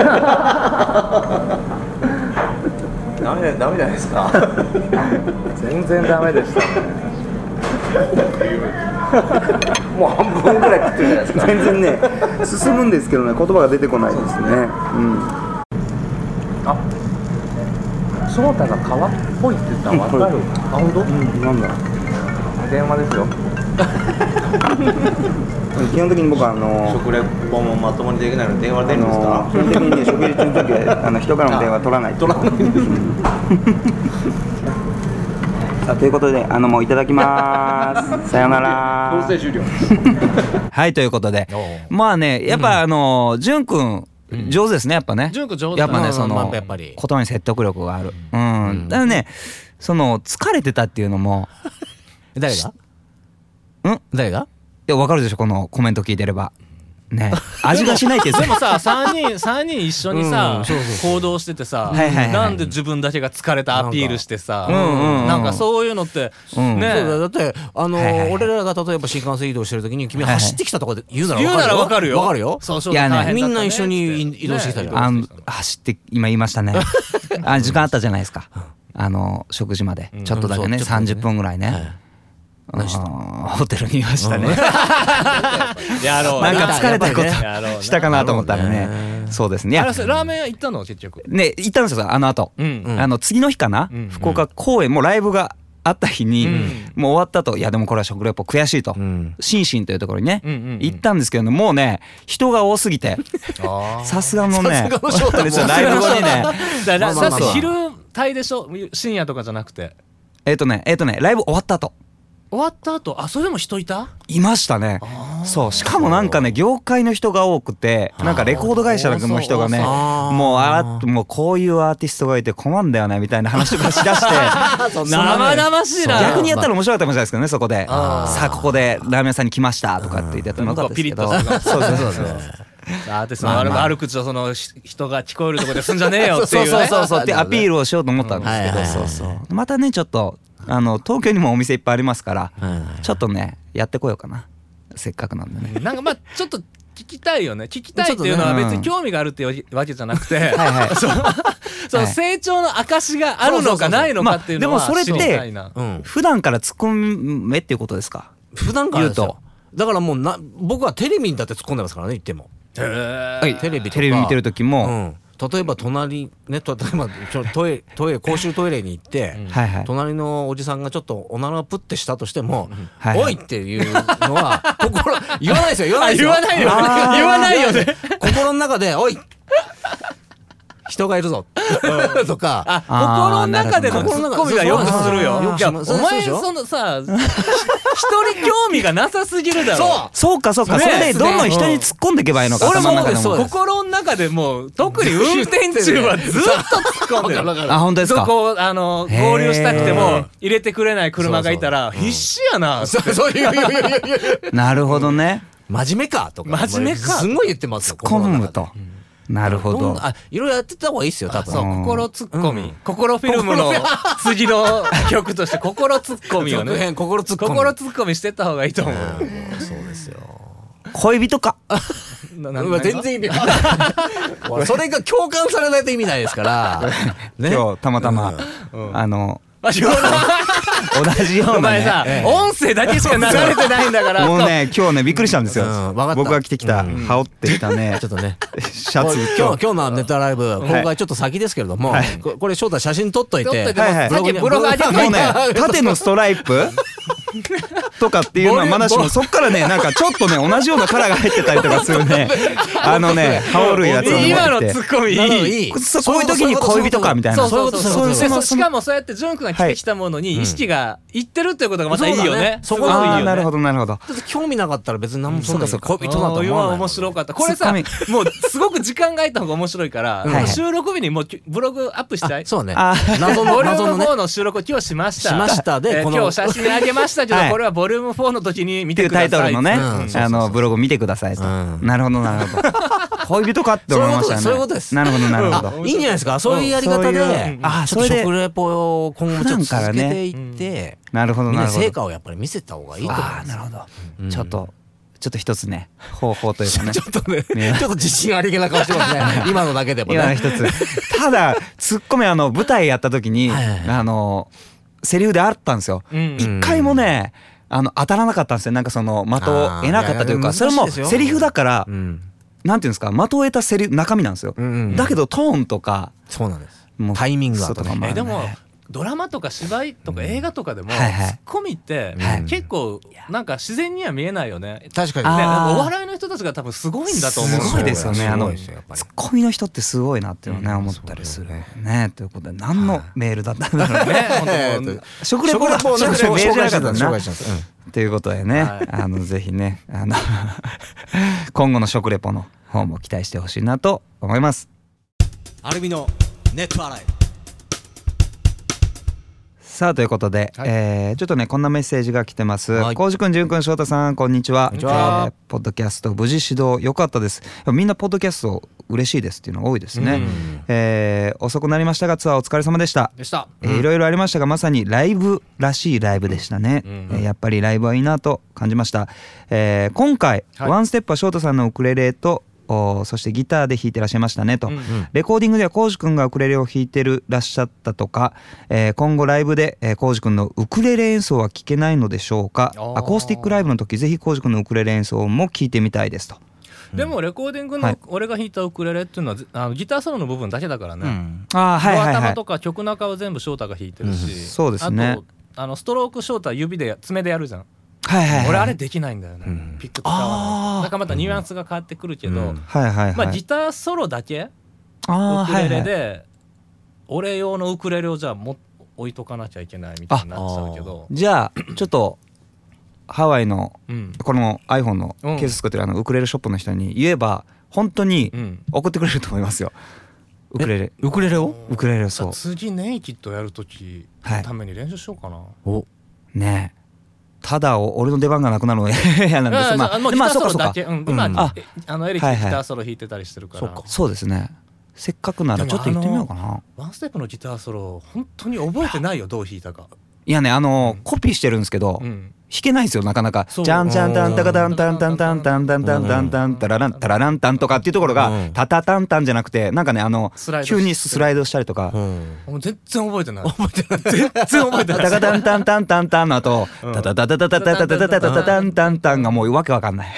Speaker 6: なん だ
Speaker 4: ダメダメじゃないですか
Speaker 5: 全然ダメでしたね
Speaker 4: もう半分ぐらい食ってるじゃないですか
Speaker 6: 全然ね進むんですけどね言葉が出てこないですねうん
Speaker 5: 翔太が川っぽいって言ったら分かる、あ本当、うん、なんだ電話ですよ
Speaker 6: 基本的に僕はあの
Speaker 4: 食レポもまともにできないので電話
Speaker 6: あ
Speaker 4: 出るんですか、
Speaker 6: の基本的にね食事中の時 はあの人からの電話取らない取らない さあということであのもういただき ますさよなら
Speaker 1: はいということで
Speaker 2: お
Speaker 1: まあねやっぱあのじゅんくん上手ですねやっぱね
Speaker 2: 純子上手
Speaker 1: や
Speaker 2: だ
Speaker 1: っぱねそ
Speaker 2: まあ
Speaker 1: の
Speaker 2: まあやっぱり
Speaker 1: 言葉に説得力があるうん、だからねその疲れてたっていうのも
Speaker 2: 誰が
Speaker 1: うん
Speaker 2: 誰が
Speaker 1: いやわかるでしょこのコメント聞いてれば ね味がしないって
Speaker 3: でもさ3人3人 一緒にさ行動しててさ
Speaker 1: はいはいはい
Speaker 3: なんで自分だけが疲れたアピールして
Speaker 1: なん
Speaker 3: さ
Speaker 1: かうんうんうん
Speaker 3: なんかそういうのって
Speaker 1: うん
Speaker 3: ね
Speaker 2: そうだよだってあのー
Speaker 1: はいはいはい
Speaker 2: 俺らが例えば新幹線移動してる時に君
Speaker 1: はいはい
Speaker 2: 走ってきたとかで言うなら
Speaker 3: 言うならわかるよ
Speaker 2: わかるよ
Speaker 3: そう
Speaker 1: いやね
Speaker 2: みんな一緒に移動してきたじゃん
Speaker 1: あの走って今言いましたねあ時間あったじゃないですかあの食事までちょっとだけね
Speaker 2: うんそうちょっとだけね
Speaker 1: 30分ぐらいねうんホテルにいましたね
Speaker 3: やろう
Speaker 1: なんか疲れたこ
Speaker 3: やろうな
Speaker 1: としたかなと思ったら
Speaker 2: やろ
Speaker 1: ねそうですねい
Speaker 3: あ
Speaker 1: や
Speaker 3: れさラーメン屋行ったの結局
Speaker 1: ね行ったんですよあの後
Speaker 3: うん
Speaker 1: あの次の日かな
Speaker 3: うん
Speaker 1: 福岡公演もうライブがあった日にもう終わったといやでもこれは食レポ悔しいと
Speaker 2: うん
Speaker 1: 心身というところにね
Speaker 3: うんうんうん
Speaker 1: 行ったんですけどねもうね人が多すぎて
Speaker 2: あ
Speaker 1: さすがのね
Speaker 2: さすがの翔太も
Speaker 1: ライブ後にね
Speaker 3: だから
Speaker 2: まあまあまあ
Speaker 3: さ昼帯でしょ深夜とかじゃなくて
Speaker 1: えっとねえっとねライブ終わった後
Speaker 3: 終わった後あそれでも人いた
Speaker 1: いましたねそうしかもなんかね業界の人が多くてなんかレコード会社の人がね
Speaker 3: そうそう
Speaker 2: そう
Speaker 1: もうあもうこういうアーティストがいて困んだよねみたいな話とかしだして
Speaker 2: そんな
Speaker 3: 生々しいな
Speaker 1: 逆にやったら面白かったかもしれないですけどねそこで「さあここでラーメン屋さんに来ました」とかって言ってやった
Speaker 3: 向
Speaker 1: の
Speaker 3: こ
Speaker 1: か
Speaker 3: う
Speaker 1: っ
Speaker 3: は
Speaker 1: た
Speaker 3: ピ
Speaker 1: で
Speaker 3: リ
Speaker 1: すけ
Speaker 3: ッと
Speaker 1: ど
Speaker 3: してる
Speaker 1: そう
Speaker 3: から
Speaker 1: そうそうそう
Speaker 3: アーティストの悪,、悪口をそのし人が聞こえるとこですんじゃねえよっていう、ね、
Speaker 1: そうそうそうってアピールをしようと思ったんですけど、
Speaker 2: うんはいはいはい
Speaker 1: そうそうまたねちょっとあの東京にもお店いっぱいありますから、ちょっとねやってこようかなせっかくなんでね。
Speaker 3: なんかまあちょっと聞きたいよね聞きたいっていうのは
Speaker 1: ちょっとね
Speaker 3: 別に興味があるっていうわけじゃなくて、
Speaker 1: はい
Speaker 3: そうその
Speaker 1: はい
Speaker 3: 成長の証があるのかないのかっていうのは
Speaker 1: まあでもそれ
Speaker 3: 知
Speaker 1: っ
Speaker 3: り
Speaker 1: て
Speaker 3: たいな。
Speaker 2: うん、
Speaker 1: 普段から突っ込めっていうことですか。
Speaker 2: 普段からですよ
Speaker 1: 言う
Speaker 2: だからもうな僕はテレビにだって突っ込んでますからね言ってもテレビとか
Speaker 1: テレビ見てる時
Speaker 2: う
Speaker 1: も、
Speaker 2: ん、例えば隣ねと例えばちょトイレ トイレ公衆トイレに行って、
Speaker 1: はいはい。
Speaker 2: 隣のおじさんがちょっとおならをプッてしたとしても「
Speaker 1: はいはい
Speaker 2: おい!」っていうのは 心言わないですよ言わないですよ
Speaker 3: あ言わないよね
Speaker 2: あー
Speaker 3: 言わないよね
Speaker 2: 心の中で「おい人がいるぞ」 とか
Speaker 1: あー
Speaker 3: 心の中での
Speaker 1: なる
Speaker 3: ツ
Speaker 1: ほ
Speaker 2: ど
Speaker 3: ッコミはよくするよ。
Speaker 2: よく
Speaker 3: い
Speaker 2: し
Speaker 3: やお
Speaker 2: ますそうで
Speaker 3: 前
Speaker 2: しょ
Speaker 3: そのさ人に興味がなさすぎるだろ。
Speaker 1: そうかそうか、
Speaker 3: ね
Speaker 1: それでどんどん人に突っ込んでいけばいいのか、
Speaker 2: 俺も
Speaker 1: 頭の中で
Speaker 2: そう
Speaker 1: も
Speaker 2: です
Speaker 3: 心の中でもう特に運転中はずっと突 っ込んでる。
Speaker 1: あ本当です
Speaker 3: そ
Speaker 1: か
Speaker 3: こあの
Speaker 1: へー
Speaker 3: 合流したくても入れてくれない車がいたら必死やな。
Speaker 2: そういう
Speaker 1: なるほどね
Speaker 2: 真面目かとか
Speaker 3: 真面目か
Speaker 2: すごい言ってますよ
Speaker 1: 突っ込む
Speaker 2: 心の
Speaker 1: と、なるほ
Speaker 2: 中でどん
Speaker 1: ど
Speaker 2: どんあいろいろやってた方がいいですよ多分
Speaker 3: そう
Speaker 1: うん
Speaker 3: 心ツッコミ、心フィルムの次の曲として心ツッコミを
Speaker 2: 続
Speaker 3: ね
Speaker 2: 編心突っ込む
Speaker 3: 心ツッコミしてった方がいいと思うよ
Speaker 2: そうですよ。
Speaker 1: 恋人か
Speaker 3: なな
Speaker 2: う
Speaker 3: 何が
Speaker 2: わ全然意味わかんないそれが共感されないと意味ないで すから。ね。
Speaker 1: 今日たまたま、あの
Speaker 3: あ違う
Speaker 1: 同じよ うな、ね、
Speaker 3: お前さ、
Speaker 2: ええ
Speaker 3: 音声だけしか流れてないんだから
Speaker 1: もうね今日ねびっくりしたんですよ、
Speaker 2: うんわかった
Speaker 1: 僕が着てきた、
Speaker 2: うん
Speaker 1: 羽織ってきたね
Speaker 2: ちょっとね。
Speaker 1: シャツ
Speaker 2: 今
Speaker 1: 今
Speaker 2: 日今日のネタライブ、今回ちょっと先ですけれども、ここれ翔太写真撮っとい
Speaker 3: 撮ってといて
Speaker 1: はいはい
Speaker 3: さっきブログ上げ
Speaker 1: 日
Speaker 3: と
Speaker 1: もう
Speaker 3: い
Speaker 1: ね
Speaker 3: た
Speaker 1: 縦のストライプ とかっていうのはまだしもそっからねなんかちょっとね同じようなカラーが入ってたりとかする ねあのね羽織るやつを持
Speaker 3: 今の
Speaker 1: ってき
Speaker 3: ツ
Speaker 1: て
Speaker 3: ッコミい
Speaker 2: なるほど
Speaker 3: い
Speaker 2: いい
Speaker 1: そうこういう時に恋人かみたいな
Speaker 3: そうそうそう
Speaker 2: そういうことそ
Speaker 3: でそうし
Speaker 2: ういうことそういうこと
Speaker 3: かもそうやってジョン君が来てきたものに意識がいってるっていうことがまたいいよね
Speaker 2: そうだねそこ
Speaker 3: すごいい
Speaker 1: あ
Speaker 3: いよ
Speaker 1: あ
Speaker 3: ね
Speaker 1: ーなるほどなるほど
Speaker 2: だって興味なかったら別に何もそんな
Speaker 1: そうかそう
Speaker 2: 恋人だと思わ
Speaker 3: あー
Speaker 2: ない。
Speaker 3: 面白かったこれ
Speaker 1: ツッ
Speaker 3: さ
Speaker 1: コ
Speaker 3: も
Speaker 1: ミ
Speaker 3: うすごく時間が空いた方が面白いから、
Speaker 1: はいはい
Speaker 3: 収録日にもうきブログアップしたい
Speaker 2: あそうね
Speaker 1: あ。
Speaker 2: 謎の
Speaker 3: ボリュ
Speaker 2: 謎
Speaker 3: ー
Speaker 2: の
Speaker 3: ム
Speaker 2: ね。
Speaker 3: 4の収録を今日しました
Speaker 2: しましたで
Speaker 3: えー
Speaker 2: この
Speaker 3: 今日写真あげましたけど、
Speaker 1: はい
Speaker 3: これはボリューム4の時に見
Speaker 1: っていう
Speaker 3: てくださ
Speaker 1: タイト
Speaker 3: い
Speaker 1: ルのね、
Speaker 2: うん
Speaker 1: あのブログ見てくださいと、
Speaker 2: うん
Speaker 1: なるほどなるほ ど恋人かって思いましたね
Speaker 2: そういうことです
Speaker 1: なるほどなるほど
Speaker 2: いいんじゃないですか。そういうやり方
Speaker 1: そう
Speaker 2: で、
Speaker 1: いううん
Speaker 2: あーちょっ
Speaker 1: それ
Speaker 2: と
Speaker 1: で
Speaker 2: 食レポを今後もちょっと続けていって、
Speaker 1: なるほど
Speaker 2: みん
Speaker 1: な
Speaker 2: な
Speaker 1: るほど
Speaker 2: 成果をやっぱり見せた方がいいと思
Speaker 1: あ
Speaker 2: いま
Speaker 1: あ
Speaker 2: す
Speaker 1: なる。ほど、ちょっとちょっと一つね方法というかね
Speaker 2: ちょっとね、ちょっと自信ありげな顔してま すね。今のだけでも
Speaker 1: 今の
Speaker 2: ね。
Speaker 1: 一つただツッコミあの舞台やった時に、
Speaker 2: はいはいはい
Speaker 1: あのセリフであったんですよ
Speaker 3: うん
Speaker 1: 一、回もねあの当たらなかったんですよなんかその的を得なかったという
Speaker 2: あ
Speaker 1: か
Speaker 2: ーいや
Speaker 1: それ
Speaker 2: 難しい
Speaker 1: も
Speaker 2: ですよ
Speaker 1: セリフだから、
Speaker 2: うん。
Speaker 1: なんていうんですか的を得たセリフ中身なんですよ、
Speaker 2: うんうん
Speaker 1: だけどトーンとか
Speaker 2: そうなんです。
Speaker 1: もう
Speaker 2: タイミングがあとね
Speaker 1: そうとか
Speaker 3: え
Speaker 1: あ
Speaker 3: ーで
Speaker 1: るね
Speaker 3: もドラマとか芝居とか映画とかでも、
Speaker 1: はいはい
Speaker 3: ツッコミって、
Speaker 2: はい
Speaker 3: 結構なんか自然には見えないよね。
Speaker 2: 確か
Speaker 1: あー
Speaker 3: ね、なんかお笑いの人たちが多分すごいんだと思うの
Speaker 1: すごいですよねあの
Speaker 2: すごいですよやっぱり
Speaker 1: ツッコミの人ってすごいなっていうのね、思ったりするねということで何のメールだったんだ ろうね、
Speaker 3: ね
Speaker 2: え
Speaker 3: 本
Speaker 2: ーっ
Speaker 3: 当
Speaker 2: と
Speaker 1: 食レポだ
Speaker 2: 食レポをね
Speaker 1: 食レポメールじゃなかったんだ
Speaker 2: 紹
Speaker 1: な
Speaker 2: 介したんですうん
Speaker 1: ということでね、
Speaker 3: はい
Speaker 1: あのぜひねあの 今後の食レポの方も期待してほしいなと思います
Speaker 2: アルミのネット洗い。
Speaker 1: さあということで、
Speaker 2: はい
Speaker 1: えーちょっとねこんなメッセージが来てます。
Speaker 2: はい
Speaker 1: こうじくん、じゅんくん、しょうたさん、こんにちは。
Speaker 2: こんにちは
Speaker 1: えーポッドキャスト無事指導良かったです。みんなポッドキャスト嬉しいですっていうのが多いですね。えー遅くなりましたがツアーお疲れ様でした。
Speaker 3: でした。
Speaker 1: えーいろいろありましたがまさにライブらしいライブでしたね、えーやっぱりライブはいいなと感じました、えー今回、ワンステップはショートさんのウクレレとおーそしてギターで弾いてらっしゃいましたねと、レコーディングではコウジ君がウクレレを弾いてるらっしゃったとか、えー今後ライブで、えー、コウジ君のウクレレ演奏は聴けないのでしょうか
Speaker 3: あー
Speaker 1: アコースティックライブの時ぜひコウジ君のウクレレ演奏も聴いてみたいですと
Speaker 3: でもレコーディング
Speaker 1: は
Speaker 3: の
Speaker 1: い
Speaker 3: 俺が弾いたウクレレっていうのはぜあのギターソロの部分だけだからね。
Speaker 1: ああはいはいは
Speaker 3: 頭
Speaker 1: い
Speaker 3: とか曲中は全部翔太が弾いてるし、
Speaker 1: そうですね
Speaker 3: あとあのストローク翔太指で爪でやるじゃん、
Speaker 1: はいはいはい
Speaker 3: 俺あれできないんだよね、ピック使わ
Speaker 1: あ
Speaker 3: な
Speaker 1: ー
Speaker 3: いだからまたニュアンスが変わってくるけど、
Speaker 2: うん
Speaker 1: はいはいはい、
Speaker 3: まあギターソロだけ
Speaker 1: あー
Speaker 3: ウク
Speaker 1: は
Speaker 3: レレ
Speaker 1: いはい
Speaker 3: で俺用のウクレレをじゃあも置いとかなきゃいけないみたいになっちゃうけど、
Speaker 1: じゃあちょっとハワイの
Speaker 3: うん
Speaker 1: この iPhone のケ
Speaker 3: うん
Speaker 1: ース作ってるあのウクレレショップの人に言えば本当に
Speaker 3: うん、
Speaker 1: 送ってくれると思いますよウクレレ
Speaker 2: ウクレレを
Speaker 1: ウクレレそ
Speaker 3: さ
Speaker 1: う
Speaker 3: 次ネイキッドやるとき
Speaker 1: はい
Speaker 3: のために練習しようかな、
Speaker 1: ねえただお俺の出番がなくなるの嫌なんです。まあ、
Speaker 3: もう
Speaker 1: まあ
Speaker 3: ギター
Speaker 1: そ
Speaker 3: ソ
Speaker 1: うかそ
Speaker 3: ロ
Speaker 1: う
Speaker 3: だ
Speaker 1: か
Speaker 3: け、。うん、
Speaker 2: う
Speaker 3: 今、
Speaker 2: ん
Speaker 1: あ
Speaker 3: えあのエレキ
Speaker 1: はい
Speaker 3: ギ
Speaker 1: はい
Speaker 3: ターソロ弾いてたりしてるから、
Speaker 1: そうですね。せっかくなら
Speaker 3: で
Speaker 1: ちょ
Speaker 3: も
Speaker 1: っと行ってみようかな。
Speaker 3: ワンステップのギターソロ本当に覚えてないよどう弾いたか、
Speaker 1: いやねあのーコピーしてるんですけど、
Speaker 3: うん、
Speaker 1: 弾けないんですよなかなか。
Speaker 3: そう
Speaker 1: じゃんじゃんたんたかたんたんたんたんたんたんたんたんたんたららんたららんたんとかっていうところ
Speaker 2: う
Speaker 1: が
Speaker 2: ん
Speaker 1: たたたんたんじゃなくてなんかねあの
Speaker 3: スライド
Speaker 1: 急に スライドしたりとか。
Speaker 2: ん
Speaker 3: もう全然覚えてない覚えてない全然覚えて
Speaker 1: た
Speaker 3: ない
Speaker 1: たかたんたんたんたんたんの後たたたたたたたたたたたたんたんたんがもうわけわかんない。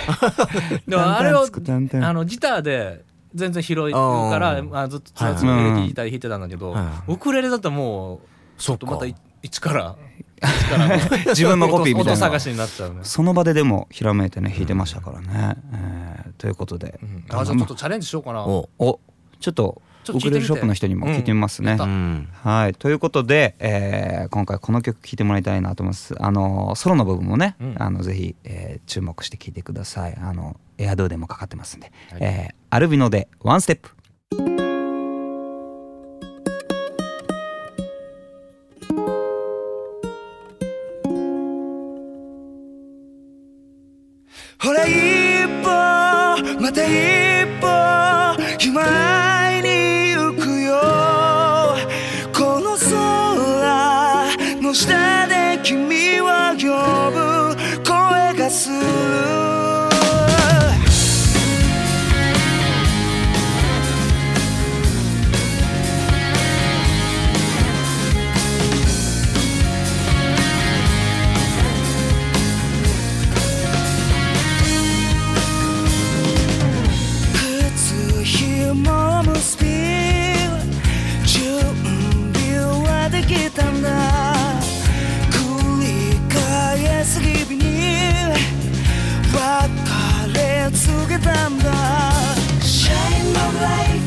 Speaker 3: でもあれ
Speaker 1: タンタン
Speaker 3: を
Speaker 1: つくタンタン
Speaker 3: あのギターで全然拾うから
Speaker 2: あー
Speaker 3: あずっとずっと
Speaker 1: はいはい
Speaker 3: エレキギターで弾いてたんだけど、
Speaker 2: はいはい
Speaker 3: ウクレレだともう
Speaker 2: そっ
Speaker 3: ち
Speaker 2: か
Speaker 3: ょっとまたい一から一から
Speaker 1: 自分のコピーみたい
Speaker 3: 音
Speaker 1: な
Speaker 3: 探しになっちゃうね
Speaker 1: その場ででもひらめいてね弾いてましたからね。えーということで、
Speaker 3: あじゃあちょっとチャレンジしようかな
Speaker 2: お
Speaker 1: おちょっと
Speaker 3: ちょっと聞いて
Speaker 1: ウ
Speaker 3: みて
Speaker 1: クレレショップの人にも聞いてみますね。
Speaker 3: うんやった
Speaker 2: ん
Speaker 1: はいということで、えー今回この曲聴いてもらいたいなと思います。あのソロの部分もね、
Speaker 3: うん
Speaker 1: あのぜひ、えー注目して聴いてください。あのエアドゥでもかかってますんで、えーアルビノでワンステップ。
Speaker 7: ほら一歩また一歩ひまに行くよこの空の下で君は呼ぶ声がする靴ひももスピード準備はできたんだ繰り返す日々に別れ告げたんだ Shine my life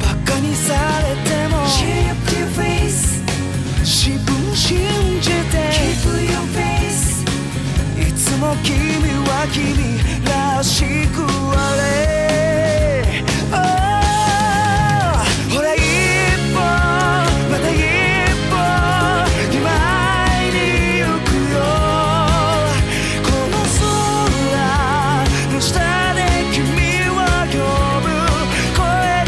Speaker 7: バカにされても Keep your face 自分を信じて Keep your face いつも君は君らしくあれ Oh ほら一歩また一歩今会いに行くよこの空の下で君は呼ぶ声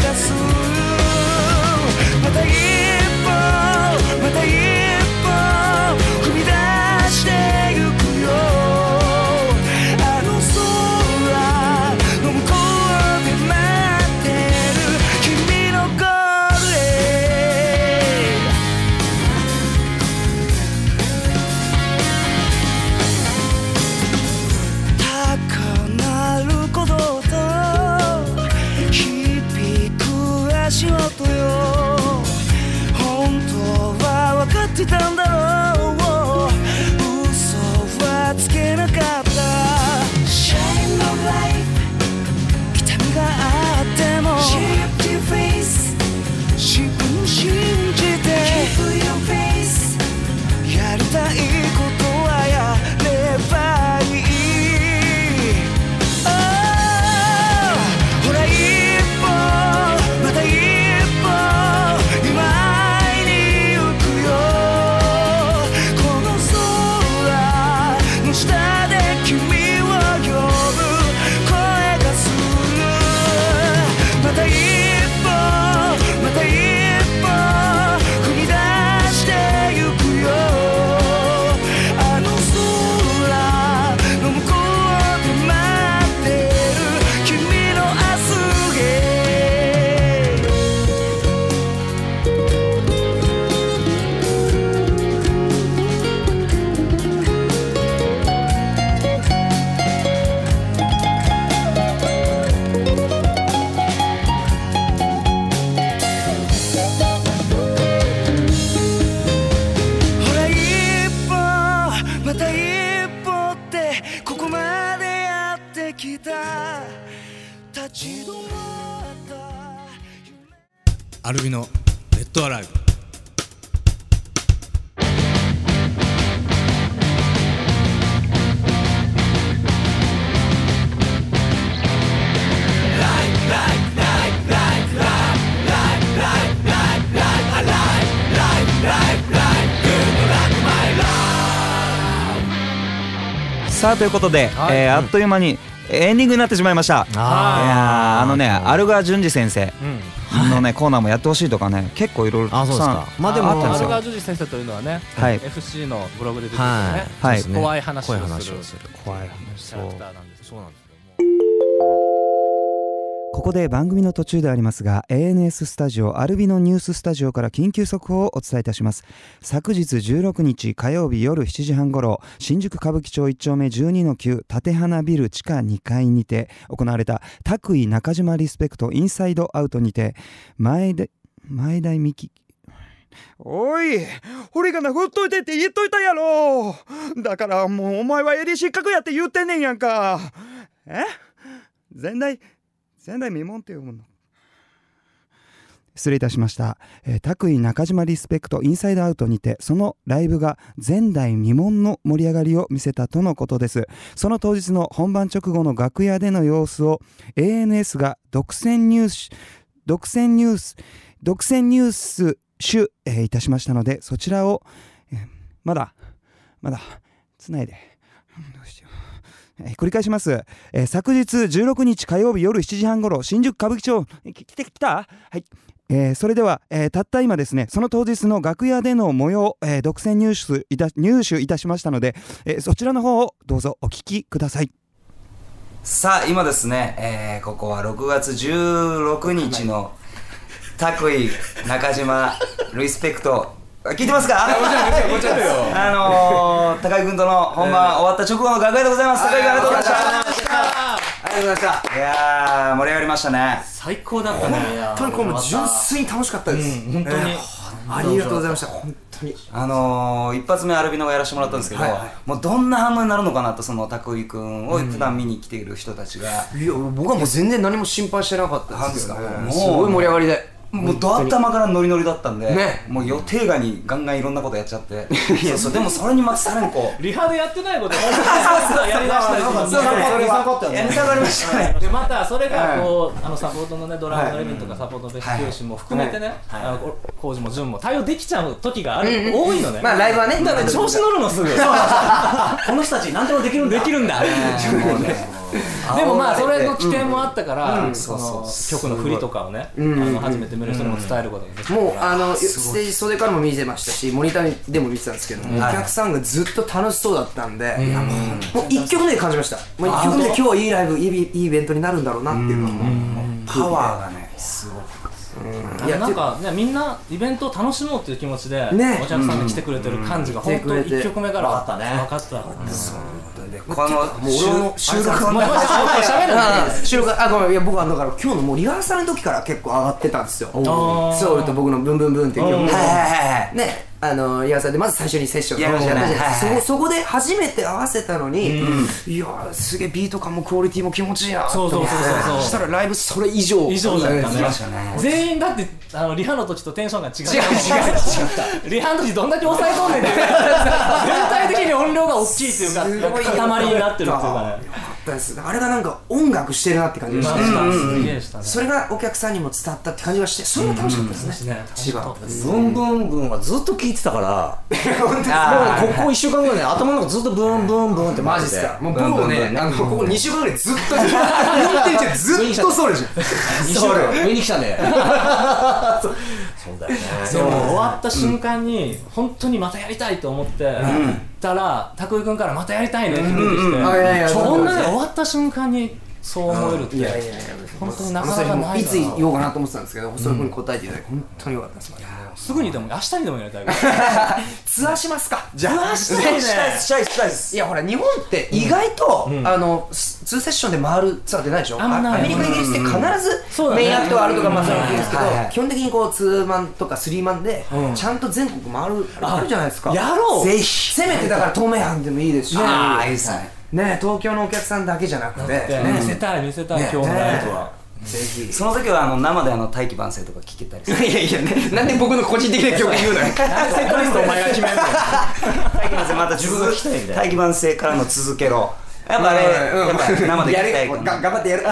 Speaker 7: がするまた一歩また一歩踏み出してゆくよあの空の向こうで待ってる君のゴールへ高鳴る鼓動と響く足音よ本当は分かってたんだろう嘘はつけなかった Shine my life 痛みがあっても Shift your face 自分を信じて Keep your face やりたいことはやればいい Oh ほら一歩また一歩今会いに行くよこの空の下で君を呼ぶ声がするまた一歩また一歩踏み出してゆくよあの空の向こうで待ってる君の明日へほら一歩また一歩ってここまでやってきた立ち止まった
Speaker 8: アルビのネットアライブ
Speaker 7: 「
Speaker 1: さあということで、
Speaker 9: はい
Speaker 1: えーあっという間にエンディングになってしまいました。いやー
Speaker 9: あー
Speaker 1: あのねアルガ淳二先生
Speaker 9: うん
Speaker 1: のねコーナーもやってほしいとかね結構いろいろ
Speaker 9: あ
Speaker 1: たく
Speaker 9: そうです
Speaker 1: さん
Speaker 9: かまあでも
Speaker 1: あったん
Speaker 3: ア
Speaker 1: です
Speaker 3: ル
Speaker 1: よ
Speaker 3: ガージュジ先生というのはね、
Speaker 1: はい
Speaker 3: FC のブログで出てるん
Speaker 9: はい、
Speaker 3: ですよね
Speaker 1: はい
Speaker 9: そうですね
Speaker 3: 怖い話をする
Speaker 9: 怖い話をする
Speaker 1: 怖い
Speaker 3: キャラクターなんですそうなんですけども
Speaker 1: ここで番組の途中でありますが ANS スタジオアルビノニューススタジオから緊急速報をお伝えいたします昨日16日火曜日夜7時半頃新宿歌舞伎町1丁目12の9立花ビル地下2階にて行われた拓衣中島リスペクトインサイドアウトにて前田前田美希おい俺が殴っといてって言っといたやろだからもうお前はエリ失格やって言ってんねんやんかえ前代前代未聞って読むの失礼いたしました、えー、拓衣中島リスペクトインサイドアウトにてそのライブが前代未聞の盛り上がりを見せたとのことですその当日の本番直後の楽屋での様子を ANS が独占ニュース独占ニュース独占ニュース主、えーいたしましたのでそちらを、えーまだまだつないでうんどうしよう、えー繰り返しますえー昨日16日火曜日夜7時半頃新宿歌舞伎町き来てきたはい、えーそれでは、えーたった今ですねその当日の楽屋での模様、えー独占入手いた入手いたしましたので、えーそちらの方をどうぞお聞きくださいさあ今ですね、ここは6月16日の拓衣中島リスペクト聞いてますかあのー、高井君との本番終わった直後の楽屋でございます。高井君ありがとうございました。ありがとうございました。いやー、盛り上がりましたね。
Speaker 2: 最高だったね
Speaker 7: 本当にこれもう純粋に楽しかったです、本当に、ありがとうございました本当に
Speaker 1: あのー、一発目アルビノがやらせてもらったんですけど、もうどんな反応になるのかなと、その拓井君を普段見に来ている人たちが、
Speaker 7: いや僕はもう全然何も心配してなかった
Speaker 1: なん
Speaker 7: で
Speaker 1: ですす
Speaker 7: け
Speaker 1: か
Speaker 7: ど、
Speaker 1: も
Speaker 7: ね、
Speaker 1: う
Speaker 7: すごい盛り上がりで
Speaker 1: もうド頭からノリノリだったんで、
Speaker 7: ね
Speaker 1: もう予定外にガンガンいろんなことやっち ゃって、そうそうでもそれにまたさらにこう、
Speaker 3: リハでやってないことを本当にやりだしたりとか
Speaker 1: そうそう
Speaker 7: それは分か ったよね
Speaker 1: いや下がりましたね。
Speaker 3: でまたそれがこう、あのサポートのねドラムのレミとかサポートの剛志も含めてね、あのこ工事も潤も対応できちゃう時がある、多いのね、
Speaker 7: まあライブはね
Speaker 3: だから調子乗るのすぐ
Speaker 2: この人たち何でもできるんだ
Speaker 3: できるんだ
Speaker 1: もうね
Speaker 3: でもまあそれの起点もあったから、そ
Speaker 1: そう
Speaker 3: の
Speaker 1: そう
Speaker 3: 曲の振りとかをね、
Speaker 7: ん
Speaker 3: あの初めて見る人にも伝えることができる、
Speaker 7: もうあのステージ袖からも見てましたしモニターでも見てたんですけど、お客さんがずっと楽しそうだったんで、いやもうもう1曲目で感じましたもう1曲目で今日はいいライブいいいいイベントになるんだろうなっていうのは
Speaker 1: パワーがね、すごく
Speaker 7: いや
Speaker 3: なんかねみんなイベントを楽しもうっていう気持ちで、
Speaker 7: ね
Speaker 3: お客さんが来てくれてる感じが
Speaker 7: ん
Speaker 3: 本当一曲目から
Speaker 2: わかったね
Speaker 3: 分かった
Speaker 1: で、この収収録の
Speaker 3: お前まだ喋る
Speaker 7: ああ収録あごめんいや僕はだから今日のもうリハーサルの時から結構上がってたんですよ
Speaker 3: ー
Speaker 7: ソウルと僕の「ブンブンブン」っていう曲も
Speaker 1: はいはいはい
Speaker 7: ねあのリハーサルでまず最初にセッション
Speaker 1: やりましたね
Speaker 7: やったじゃないですか
Speaker 1: はいはい
Speaker 7: そこそこで初めて合わせたのに、いやーすげえビート感もクオリティも気持ちいいなと
Speaker 3: そう
Speaker 7: 思って
Speaker 3: そうそうそうそう
Speaker 7: したらライブそれ以上
Speaker 3: 以上だった
Speaker 7: い
Speaker 3: ね
Speaker 7: や
Speaker 3: 全員だってあのリハの時とテンションが違う違う違ったリハの時どんだけ抑え込んでんねん全体的に音量が大きいっていうか
Speaker 7: すごい
Speaker 3: 塊になってるっていうかね
Speaker 7: ですあれがなんか音楽してるなって感じがして、
Speaker 3: まあすげえしたね
Speaker 7: それがお客さんにも伝わったって感じがしてそれが楽しかったですね、
Speaker 3: ね
Speaker 7: 一番
Speaker 2: ブンブンブンはずっと聞いてたから もうここ1週間ぐらいね頭の中ずっとブンブンブンって
Speaker 7: マ
Speaker 2: マ
Speaker 7: ジっ
Speaker 2: ジ
Speaker 7: す
Speaker 2: で
Speaker 7: かもう僕もねあのここ2週間ぐらいずっと言ってるじゃんずっとそれじゃん
Speaker 2: それ上に来たねそうだよね
Speaker 3: でも終わった瞬間に本当にまたやりたいと思ってたら拓井君からまたやりたいねって出てきて
Speaker 7: あいやいや
Speaker 3: そんなね終わった瞬間にそう思えるっ
Speaker 7: いやい
Speaker 3: て
Speaker 7: やいや
Speaker 3: 本当になかなかない
Speaker 7: あの
Speaker 3: な
Speaker 7: それもいつ言おうかなと思ってたんですけど、そういうふうに答えていただいて本当によかったです
Speaker 3: すぐにでも明日にでもやりたい
Speaker 7: ツアーしますか
Speaker 3: じゃあ明日にね
Speaker 7: したいですしたいですいやほら日本って意外と、あの2セッションで回るツアーってないでしょ
Speaker 3: あんまない
Speaker 7: アメリカイギリスって必
Speaker 3: そうだね
Speaker 7: ずメインアクトはあるとかまあそれはあるんですけど、
Speaker 1: うんはいはい
Speaker 7: 基本的にこう2マンとか3マンで、ちゃんと全国回るあるじゃないですか
Speaker 3: やろう
Speaker 7: ぜひせめてだから東名阪でもいいですしね
Speaker 1: ああ、いいですね。
Speaker 7: ね東京のお客さんだけじゃなくて
Speaker 3: って見せたい見せたい
Speaker 7: ね
Speaker 3: 今日のライブは。
Speaker 7: ぜ ひ
Speaker 1: その時はあの生であの大器晩成とか聞けたりする。
Speaker 7: いやいやねなんで僕の個人的な曲言う のよ
Speaker 3: セットリストお前が決める
Speaker 1: 大器晩成また自分が聞きたいみたいな。大器晩成からの続けろ。やっぱあれ、やっぱ生で聞きたい
Speaker 7: や
Speaker 1: か
Speaker 7: る
Speaker 1: ら。
Speaker 7: が頑張ってやる
Speaker 3: い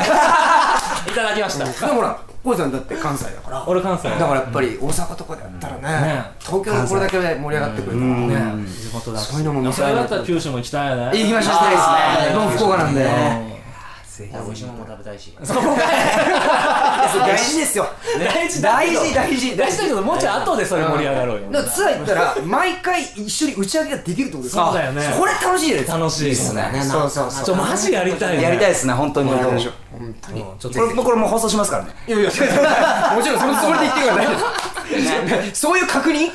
Speaker 3: ただきました
Speaker 7: でもほらこうさんだって関西だから
Speaker 10: 俺関西
Speaker 7: だからやっぱり大阪とかだったらね,、
Speaker 10: ね
Speaker 7: 東京のこれだけで盛り上がってくるからね、
Speaker 10: うん地元だし
Speaker 7: そういうのも見
Speaker 10: そ
Speaker 7: たい
Speaker 10: れだ
Speaker 7: な
Speaker 10: った
Speaker 7: と
Speaker 10: ら九州も行きたいよね
Speaker 7: 行きましょう行きたいですね
Speaker 10: あー
Speaker 7: もう福岡なんで
Speaker 10: うん
Speaker 7: ぜひ
Speaker 11: 美味しいものも食べたいし
Speaker 10: そこが
Speaker 7: それ大事ですよ
Speaker 10: 大事だ
Speaker 7: 大
Speaker 10: けど
Speaker 7: 事大事
Speaker 10: 大事だけどもうちょい後でそれ盛り上がろうよ
Speaker 7: だからツアー行ったら毎回一緒に打ち上げができるってことです
Speaker 10: そうだよね
Speaker 7: これ楽しいです
Speaker 10: 楽しいですね
Speaker 7: そうそうそう
Speaker 10: ちょマジやりたいね
Speaker 11: やりたいですね本当に
Speaker 7: やり
Speaker 11: こ
Speaker 7: ましょう本当に
Speaker 10: ちょっと
Speaker 11: れもこれもう放送しますからね
Speaker 7: いや いやもちろんそのつもりで言ってるから大丈夫そういう確 認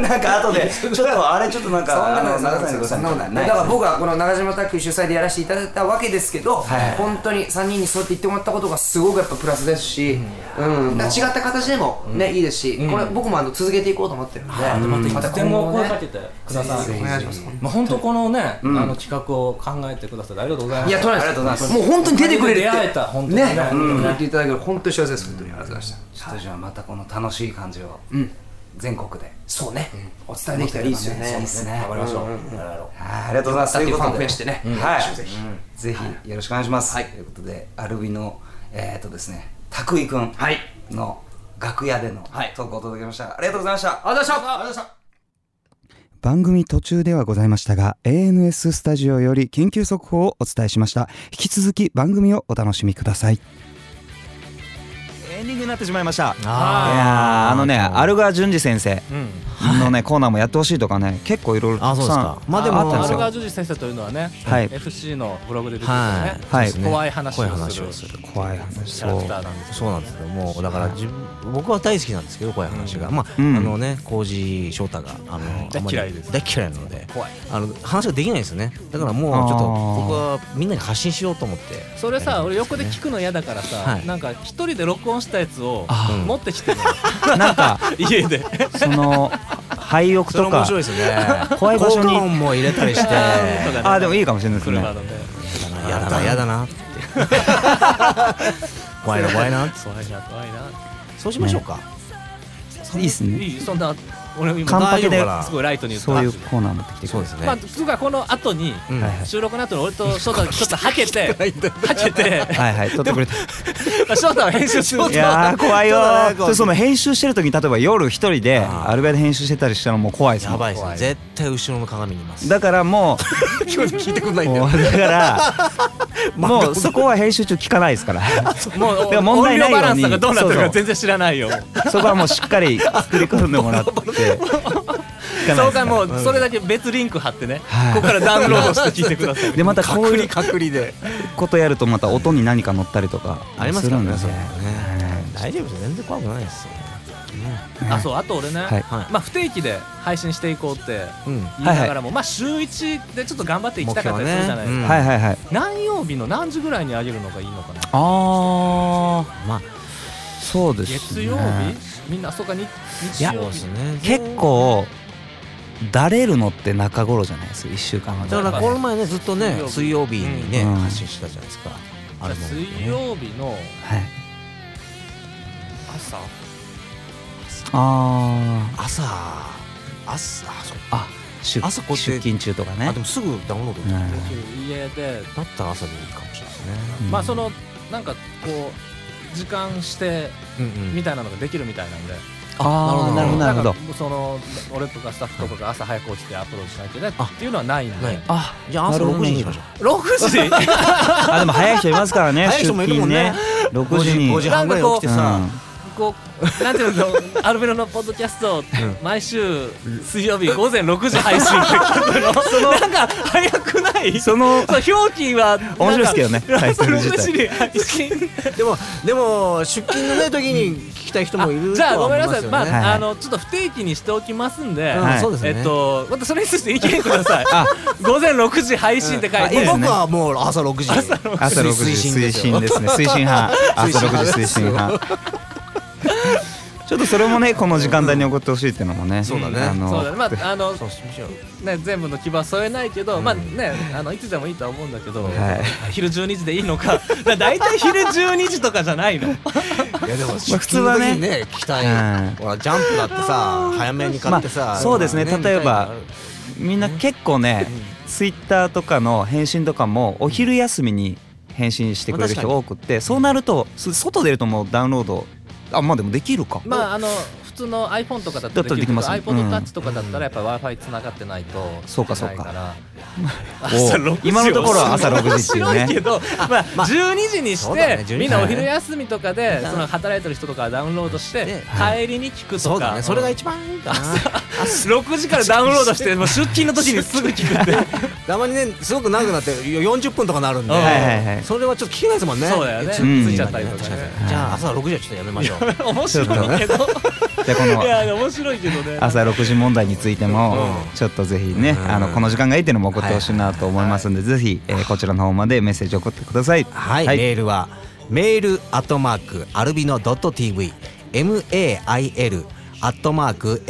Speaker 11: なんか後でちょっとあれちょっとなんかあの流さないでください
Speaker 7: そんなことない
Speaker 11: い
Speaker 7: だから僕はこの長島卓球主催でやらせていただいたわけですけど、本当に3人にそうやって言ってもらったことがすごくやっぱプラスですし、うんだから違った形でも、ねいいですし、これ僕もあの続けていこうと思ってるんで、また
Speaker 10: とて
Speaker 7: 今後
Speaker 10: も
Speaker 7: も
Speaker 10: 声か
Speaker 7: ね
Speaker 10: けてください
Speaker 7: お願いします
Speaker 10: まあ本当このね、あの企画を考えてくださってありがとうございます
Speaker 7: いやとりあえず
Speaker 11: ありがとうございます
Speaker 7: もう本当に出てくれるって
Speaker 10: 出会えた本当にね
Speaker 7: ねうん言っていただける本当に幸せです本当にありがとうございました
Speaker 11: ちょっとじゃあまたこの楽しい感じを
Speaker 7: ん
Speaker 11: 全国で
Speaker 7: そうね、お伝えできたらいいですよね
Speaker 11: いいですね
Speaker 7: 頑張りましょう、うん
Speaker 11: はいありがとうございます
Speaker 7: だってファン
Speaker 11: という
Speaker 7: 増や
Speaker 11: こ
Speaker 7: して
Speaker 11: とで
Speaker 7: ね
Speaker 11: はい
Speaker 7: ぜひ
Speaker 11: ぜひよろしくお願いしますということでアルビのえっとですね拓井くんの楽屋でのトークをお届けしましたありがとうございました
Speaker 7: ありがとうございましたありがとうございました
Speaker 1: 番組途中ではございましたが ANS スタジオより緊急速報をお伝えしました引き続き番組をお楽しみくださいエンディングになってしまいましたいやーあのねアルガ淳二先生のねコーナーもやってほしいとかね結構いろいろた
Speaker 2: あ
Speaker 1: く
Speaker 2: そうですか
Speaker 1: さん
Speaker 2: まあでも
Speaker 1: あったんですよ
Speaker 2: アル
Speaker 3: 川淳二先生というのはね、
Speaker 1: はい
Speaker 3: FC のブログで出てるんですよ
Speaker 2: は
Speaker 3: ね、
Speaker 2: い、
Speaker 1: はい
Speaker 2: そうですね
Speaker 3: 怖い話をする
Speaker 2: 怖い話をする
Speaker 1: 怖い話
Speaker 3: キ
Speaker 1: そ
Speaker 3: ャラ
Speaker 1: う
Speaker 3: クターなんです
Speaker 2: そうなんですよもうだから自分僕は大好きなんですけど怖い話が、まあ、
Speaker 1: うん
Speaker 2: あのね麹翔太があの
Speaker 3: 大
Speaker 2: あんまり
Speaker 3: 嫌いです
Speaker 2: 大嫌いなので
Speaker 3: 怖い
Speaker 2: あの話ができないんですよねだからもうちょっと僕はみんなに発信しようと思って
Speaker 3: それさ俺横で聞くの嫌だからさ、
Speaker 2: はい
Speaker 3: なんか一人で録音したやつを
Speaker 2: あー
Speaker 3: 持ってきてるの
Speaker 1: なんか
Speaker 3: 家で
Speaker 1: その廃屋
Speaker 2: それ
Speaker 1: と
Speaker 2: 面
Speaker 1: か
Speaker 2: 白いですよ ね
Speaker 1: 怖い場所に
Speaker 2: 効果音も入れたり してや
Speaker 1: あーでもいいかもしれないですね
Speaker 3: 車のね
Speaker 2: だなやだ なって怖いな怖いなって
Speaker 3: 怖いな怖いな
Speaker 2: そうしましょうか、
Speaker 1: いいですね
Speaker 3: いいそんな俺今
Speaker 1: 完パケで
Speaker 3: 大丈夫かなすごいライトに言った
Speaker 1: そういうコーナー持ってきてく
Speaker 2: そう
Speaker 1: れ
Speaker 2: で
Speaker 1: る
Speaker 2: す
Speaker 3: ま
Speaker 2: ね
Speaker 3: あ、つうかこの後に、
Speaker 2: うん
Speaker 1: はいはい
Speaker 3: 収録の後に俺と翔 太がちょっとはけてはけて
Speaker 1: はい はい撮ってくれた
Speaker 3: まあ翔太は編集するんだ
Speaker 1: いやー怖いよ
Speaker 2: そうだ
Speaker 1: ー
Speaker 2: ね怖い
Speaker 1: それその編集してる時に例えば夜一人で
Speaker 2: あー
Speaker 1: アルバイト編集してたりしたらもう怖いですも
Speaker 2: や
Speaker 1: ん
Speaker 2: ばいですね絶対後ろの鏡にいます
Speaker 1: だからも
Speaker 2: 今日聞いてくんな
Speaker 1: うもうだか らもうそこは編集中聞かないですから
Speaker 3: もう
Speaker 1: でも問題ないように
Speaker 3: 音量バランスがどうなってる
Speaker 1: そうそ
Speaker 3: か
Speaker 1: う
Speaker 3: 全然知らないよ
Speaker 1: そこはもうしっかり作り込んでもらって
Speaker 3: そうかも
Speaker 1: う
Speaker 3: うそれだけ別リンク貼ってね、
Speaker 1: はい
Speaker 3: ここからダウンロードして聞いてください
Speaker 1: でまたこういう
Speaker 2: 隔離で
Speaker 1: ことやるとまた音に何か乗ったりとか
Speaker 2: あります
Speaker 1: す
Speaker 2: か
Speaker 1: る
Speaker 2: ら
Speaker 1: んで
Speaker 2: ね
Speaker 1: ね
Speaker 2: それね 大丈夫です全然怖くないですよ
Speaker 3: あそうあと俺ね、
Speaker 1: はい
Speaker 3: まあ、不定期で配信していこうって
Speaker 2: うん
Speaker 3: 言いながらも、まあ週一でちょっと頑張っていきたかったりするじゃないですか、
Speaker 2: 目標はねうん
Speaker 1: はいはいはい
Speaker 3: 何曜日の何時ぐらいに上げるのがいいのかな
Speaker 1: ああ
Speaker 2: まあ
Speaker 1: そうですね
Speaker 3: 月曜日、みんなそうか日日曜
Speaker 2: そうで
Speaker 3: 日
Speaker 2: すね
Speaker 1: 結構だれるのって中頃じゃないですか1週間は
Speaker 2: だからこの前ねずっとね水
Speaker 3: 水
Speaker 2: 曜日にね
Speaker 1: うん
Speaker 2: 発信してたじゃないですかあれもね
Speaker 3: 水曜日の
Speaker 1: はい
Speaker 3: 朝
Speaker 1: ああ
Speaker 2: 朝朝あそう
Speaker 1: あ出
Speaker 2: 朝こうやって
Speaker 1: 出勤中とかね
Speaker 2: あでもすぐダウンロードでき
Speaker 1: う
Speaker 2: る
Speaker 1: ん
Speaker 3: 家で、
Speaker 2: だったら朝でいいかもしれないですね
Speaker 1: うん
Speaker 3: まあそのなんかこう時間して
Speaker 2: うんう
Speaker 3: み
Speaker 2: ん
Speaker 3: たいなのができるみたいなんで、
Speaker 1: あーなるほどなるほど
Speaker 3: んかその俺とかスタッフとかが朝早く起きてアップロードしないといけない
Speaker 2: あ
Speaker 3: っていうのはないんで
Speaker 2: ない
Speaker 1: あ
Speaker 2: じゃあ朝
Speaker 1: なるほど
Speaker 2: 6時にしましょ
Speaker 3: 6時
Speaker 1: あでも早い人いますからね
Speaker 2: 早い
Speaker 1: 出
Speaker 2: 人もいるも
Speaker 1: 勤
Speaker 2: んね
Speaker 1: ね
Speaker 2: う
Speaker 1: 6時に
Speaker 2: 5時半ぐらいに起きてさ
Speaker 1: うん
Speaker 3: こうなんていうのアルベロのポッドキャスト、毎週水曜日午前6時配信っ て書くのなんか早くない
Speaker 1: その
Speaker 3: そう表記はなんか
Speaker 1: 面白いですけどねタイトル自体
Speaker 3: その無視に配信
Speaker 2: でもでも出勤のね時に聞きたい人もいる
Speaker 3: じゃあごめんなさい、
Speaker 2: と
Speaker 3: ま
Speaker 2: は
Speaker 3: あ、
Speaker 2: 思い
Speaker 1: はい
Speaker 3: あのちょっと不定期にしておきますんで、
Speaker 1: はい
Speaker 2: うんそうですね
Speaker 3: えっとまたそれについて意見ください午前6時配信って書い
Speaker 1: あいいで
Speaker 3: て、
Speaker 1: すね
Speaker 2: 僕はもう朝6時
Speaker 1: 朝6時推進ですね推進 派朝6時推進派ちょっとそれもねこの時間帯に送ってほしいっていうのもねそう
Speaker 2: だね
Speaker 1: あの
Speaker 3: そうだねまああの
Speaker 2: そうしましょう
Speaker 3: ね全部の希望は添えないけど、まあねあのいつでもいいとは思うんだけど、
Speaker 1: は
Speaker 3: 昼12時でいいのかだだいたい昼12時とかじゃないの
Speaker 2: いやでも
Speaker 1: まあ普通はね
Speaker 2: 出勤の時に聞き
Speaker 1: う
Speaker 2: た
Speaker 1: ん
Speaker 2: いほらジャンプだってさ早めに買っ
Speaker 1: ま
Speaker 2: てさ
Speaker 1: あそうですね例えば
Speaker 2: 見たいのある
Speaker 1: みんな結構ねツイッターとかの返信とかもお昼休みに返信してくれる人が多くってそうなるとす外出るともうダウンロードあまあでもできるか、
Speaker 3: まああの普通の iPhone とかだっ
Speaker 1: だ
Speaker 3: たら
Speaker 1: ったらできます
Speaker 3: けど iPod タッチとかだったらやっぱ w i f i 繋がってないと
Speaker 1: そうかそうか
Speaker 3: いけないら
Speaker 1: おう今のところは朝6時っていうね
Speaker 3: 面白 いけど、まあ、12時に
Speaker 1: そ
Speaker 3: し
Speaker 1: うだね12
Speaker 3: て、
Speaker 1: 時
Speaker 3: みんなお昼休みとかで、その働いてる人とかはダウンロードして、帰りに聞くと
Speaker 2: そうだ
Speaker 3: か、
Speaker 2: ねそれが
Speaker 3: 一番いいんだ。朝6時からダウンロードして、もう出勤の時にすぐ聞くって。
Speaker 2: たまにねすごく長くなって40分とかなるんで、
Speaker 3: はいはいはい
Speaker 2: それはちょっと聞けないですもんね
Speaker 3: そうだよね
Speaker 2: ちょ
Speaker 3: ついちゃったりとかね
Speaker 2: 確にじゃあ朝6時はちょっとやめましょう
Speaker 3: 面白いけど。
Speaker 1: じゃあこの
Speaker 3: いや面白いけどね。
Speaker 1: 朝6時問題についてもちょっとぜひね、あのこの時間がいいっていうのも送ってほしいなと思いますんで、ぜひ、えーこちらの方までメッセージ送ってください。
Speaker 2: はい、メールはメールアットマークアルビノドット TV mail アットマーク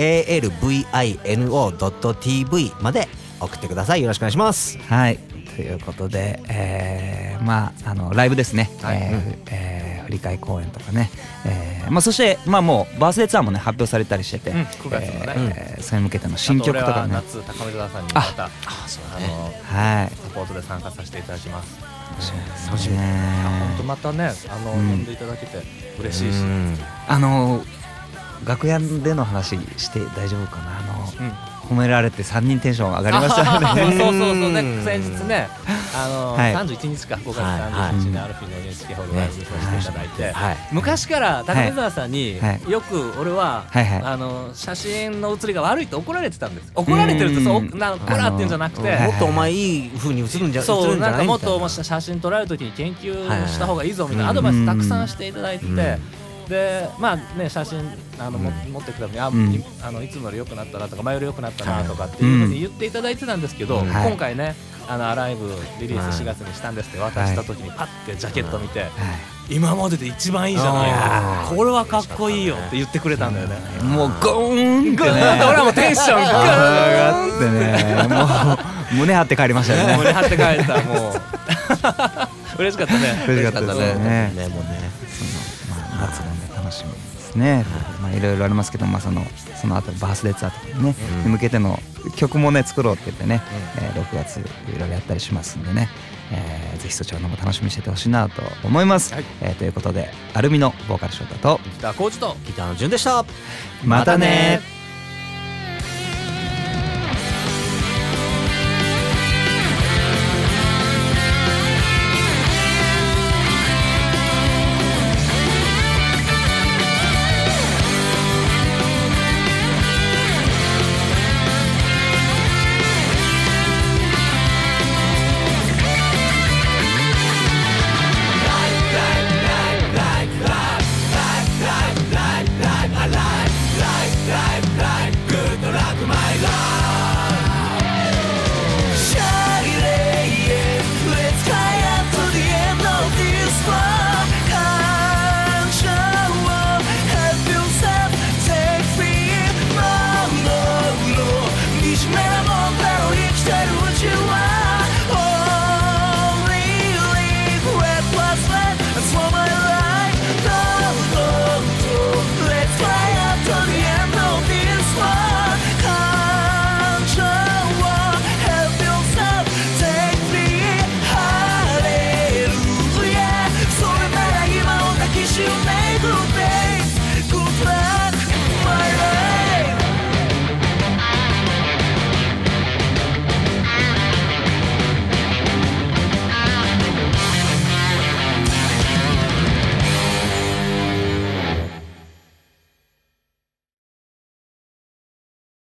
Speaker 2: alvino ドット TV まで送ってくださいよろしくお願いします
Speaker 1: はいということで、えーまああのライブですね、えーえー振り替え公演とかね、えーまあ、そして、まあ、もうバースデーツアーもね発表されたりしてて、
Speaker 3: うん9月のね
Speaker 1: えーそれに向けての新曲と
Speaker 3: あと俺
Speaker 1: か
Speaker 3: は
Speaker 1: ね
Speaker 3: 夏高見沢さんにまたあの
Speaker 1: はい
Speaker 3: サポートで参加させていただきます。
Speaker 1: 楽しみね
Speaker 3: 本当またねあの、
Speaker 1: うん
Speaker 3: 呼んでいただけて嬉しいし。
Speaker 1: あの楽屋での話して大丈夫かなあの、褒められて3人テンション上がりましたよね
Speaker 3: そうそうそうね先日ねあの
Speaker 1: はい
Speaker 3: 三十一日か5月31日にアルフィーの NHK ホールライブにさせていただいて
Speaker 1: はい
Speaker 3: 昔から高見沢さんに
Speaker 1: はい
Speaker 3: よく俺は
Speaker 1: はいはい
Speaker 3: あの写真の写りが悪いって怒られてたんです怒られてるってそ
Speaker 1: う
Speaker 3: う
Speaker 1: ん
Speaker 3: なんかこらっていうんじゃなくて
Speaker 2: もっとお前いい風に映るんじゃ映
Speaker 3: そ
Speaker 2: る
Speaker 3: うん
Speaker 2: じゃ
Speaker 3: なんか
Speaker 2: ない
Speaker 3: も
Speaker 2: み
Speaker 3: った
Speaker 2: い
Speaker 3: と
Speaker 2: な
Speaker 3: もし写真撮られる時に研究した方がいいぞみたいなアドバイスたくさんしていただいて
Speaker 2: うん
Speaker 3: て。でまあね、写真あの、も持ってくためにあ、
Speaker 1: うん
Speaker 3: いあのいつもより良くなったなとか前より良くなったなとかっていうふうに言っていただいてたんですけど、
Speaker 1: うんはい
Speaker 3: 今回ね「あのアライブ」リリース
Speaker 1: はい
Speaker 3: 4月にしたんですって渡した時にパッてジャケット見て、今までで一番いいじゃないかこれはかっこいいよって言ってくれたんだよね。
Speaker 1: もうゴーンってね
Speaker 3: 俺はもうテンション
Speaker 1: 上
Speaker 3: グー
Speaker 1: がっ
Speaker 3: ン
Speaker 1: てねもう胸張って帰りましたよね
Speaker 3: 胸張って帰ったもう 嬉しかったね
Speaker 1: 嬉しかったですね
Speaker 3: 嬉しかったねもうね
Speaker 1: そのまあ夏なんで楽しみですねまあいろいろありますけどまあそのその後バースデーツアーとかにね、
Speaker 3: うん
Speaker 1: 向けての曲もね作ろうって言ってね、えー6月いろいろやったりしますんでね、えーぜひそちらの方も楽しみにしててほしいなと思います、えーということでアルミのボーカル翔太と
Speaker 3: ギターコーチと
Speaker 2: ギターの順でした
Speaker 1: またね
Speaker 3: またね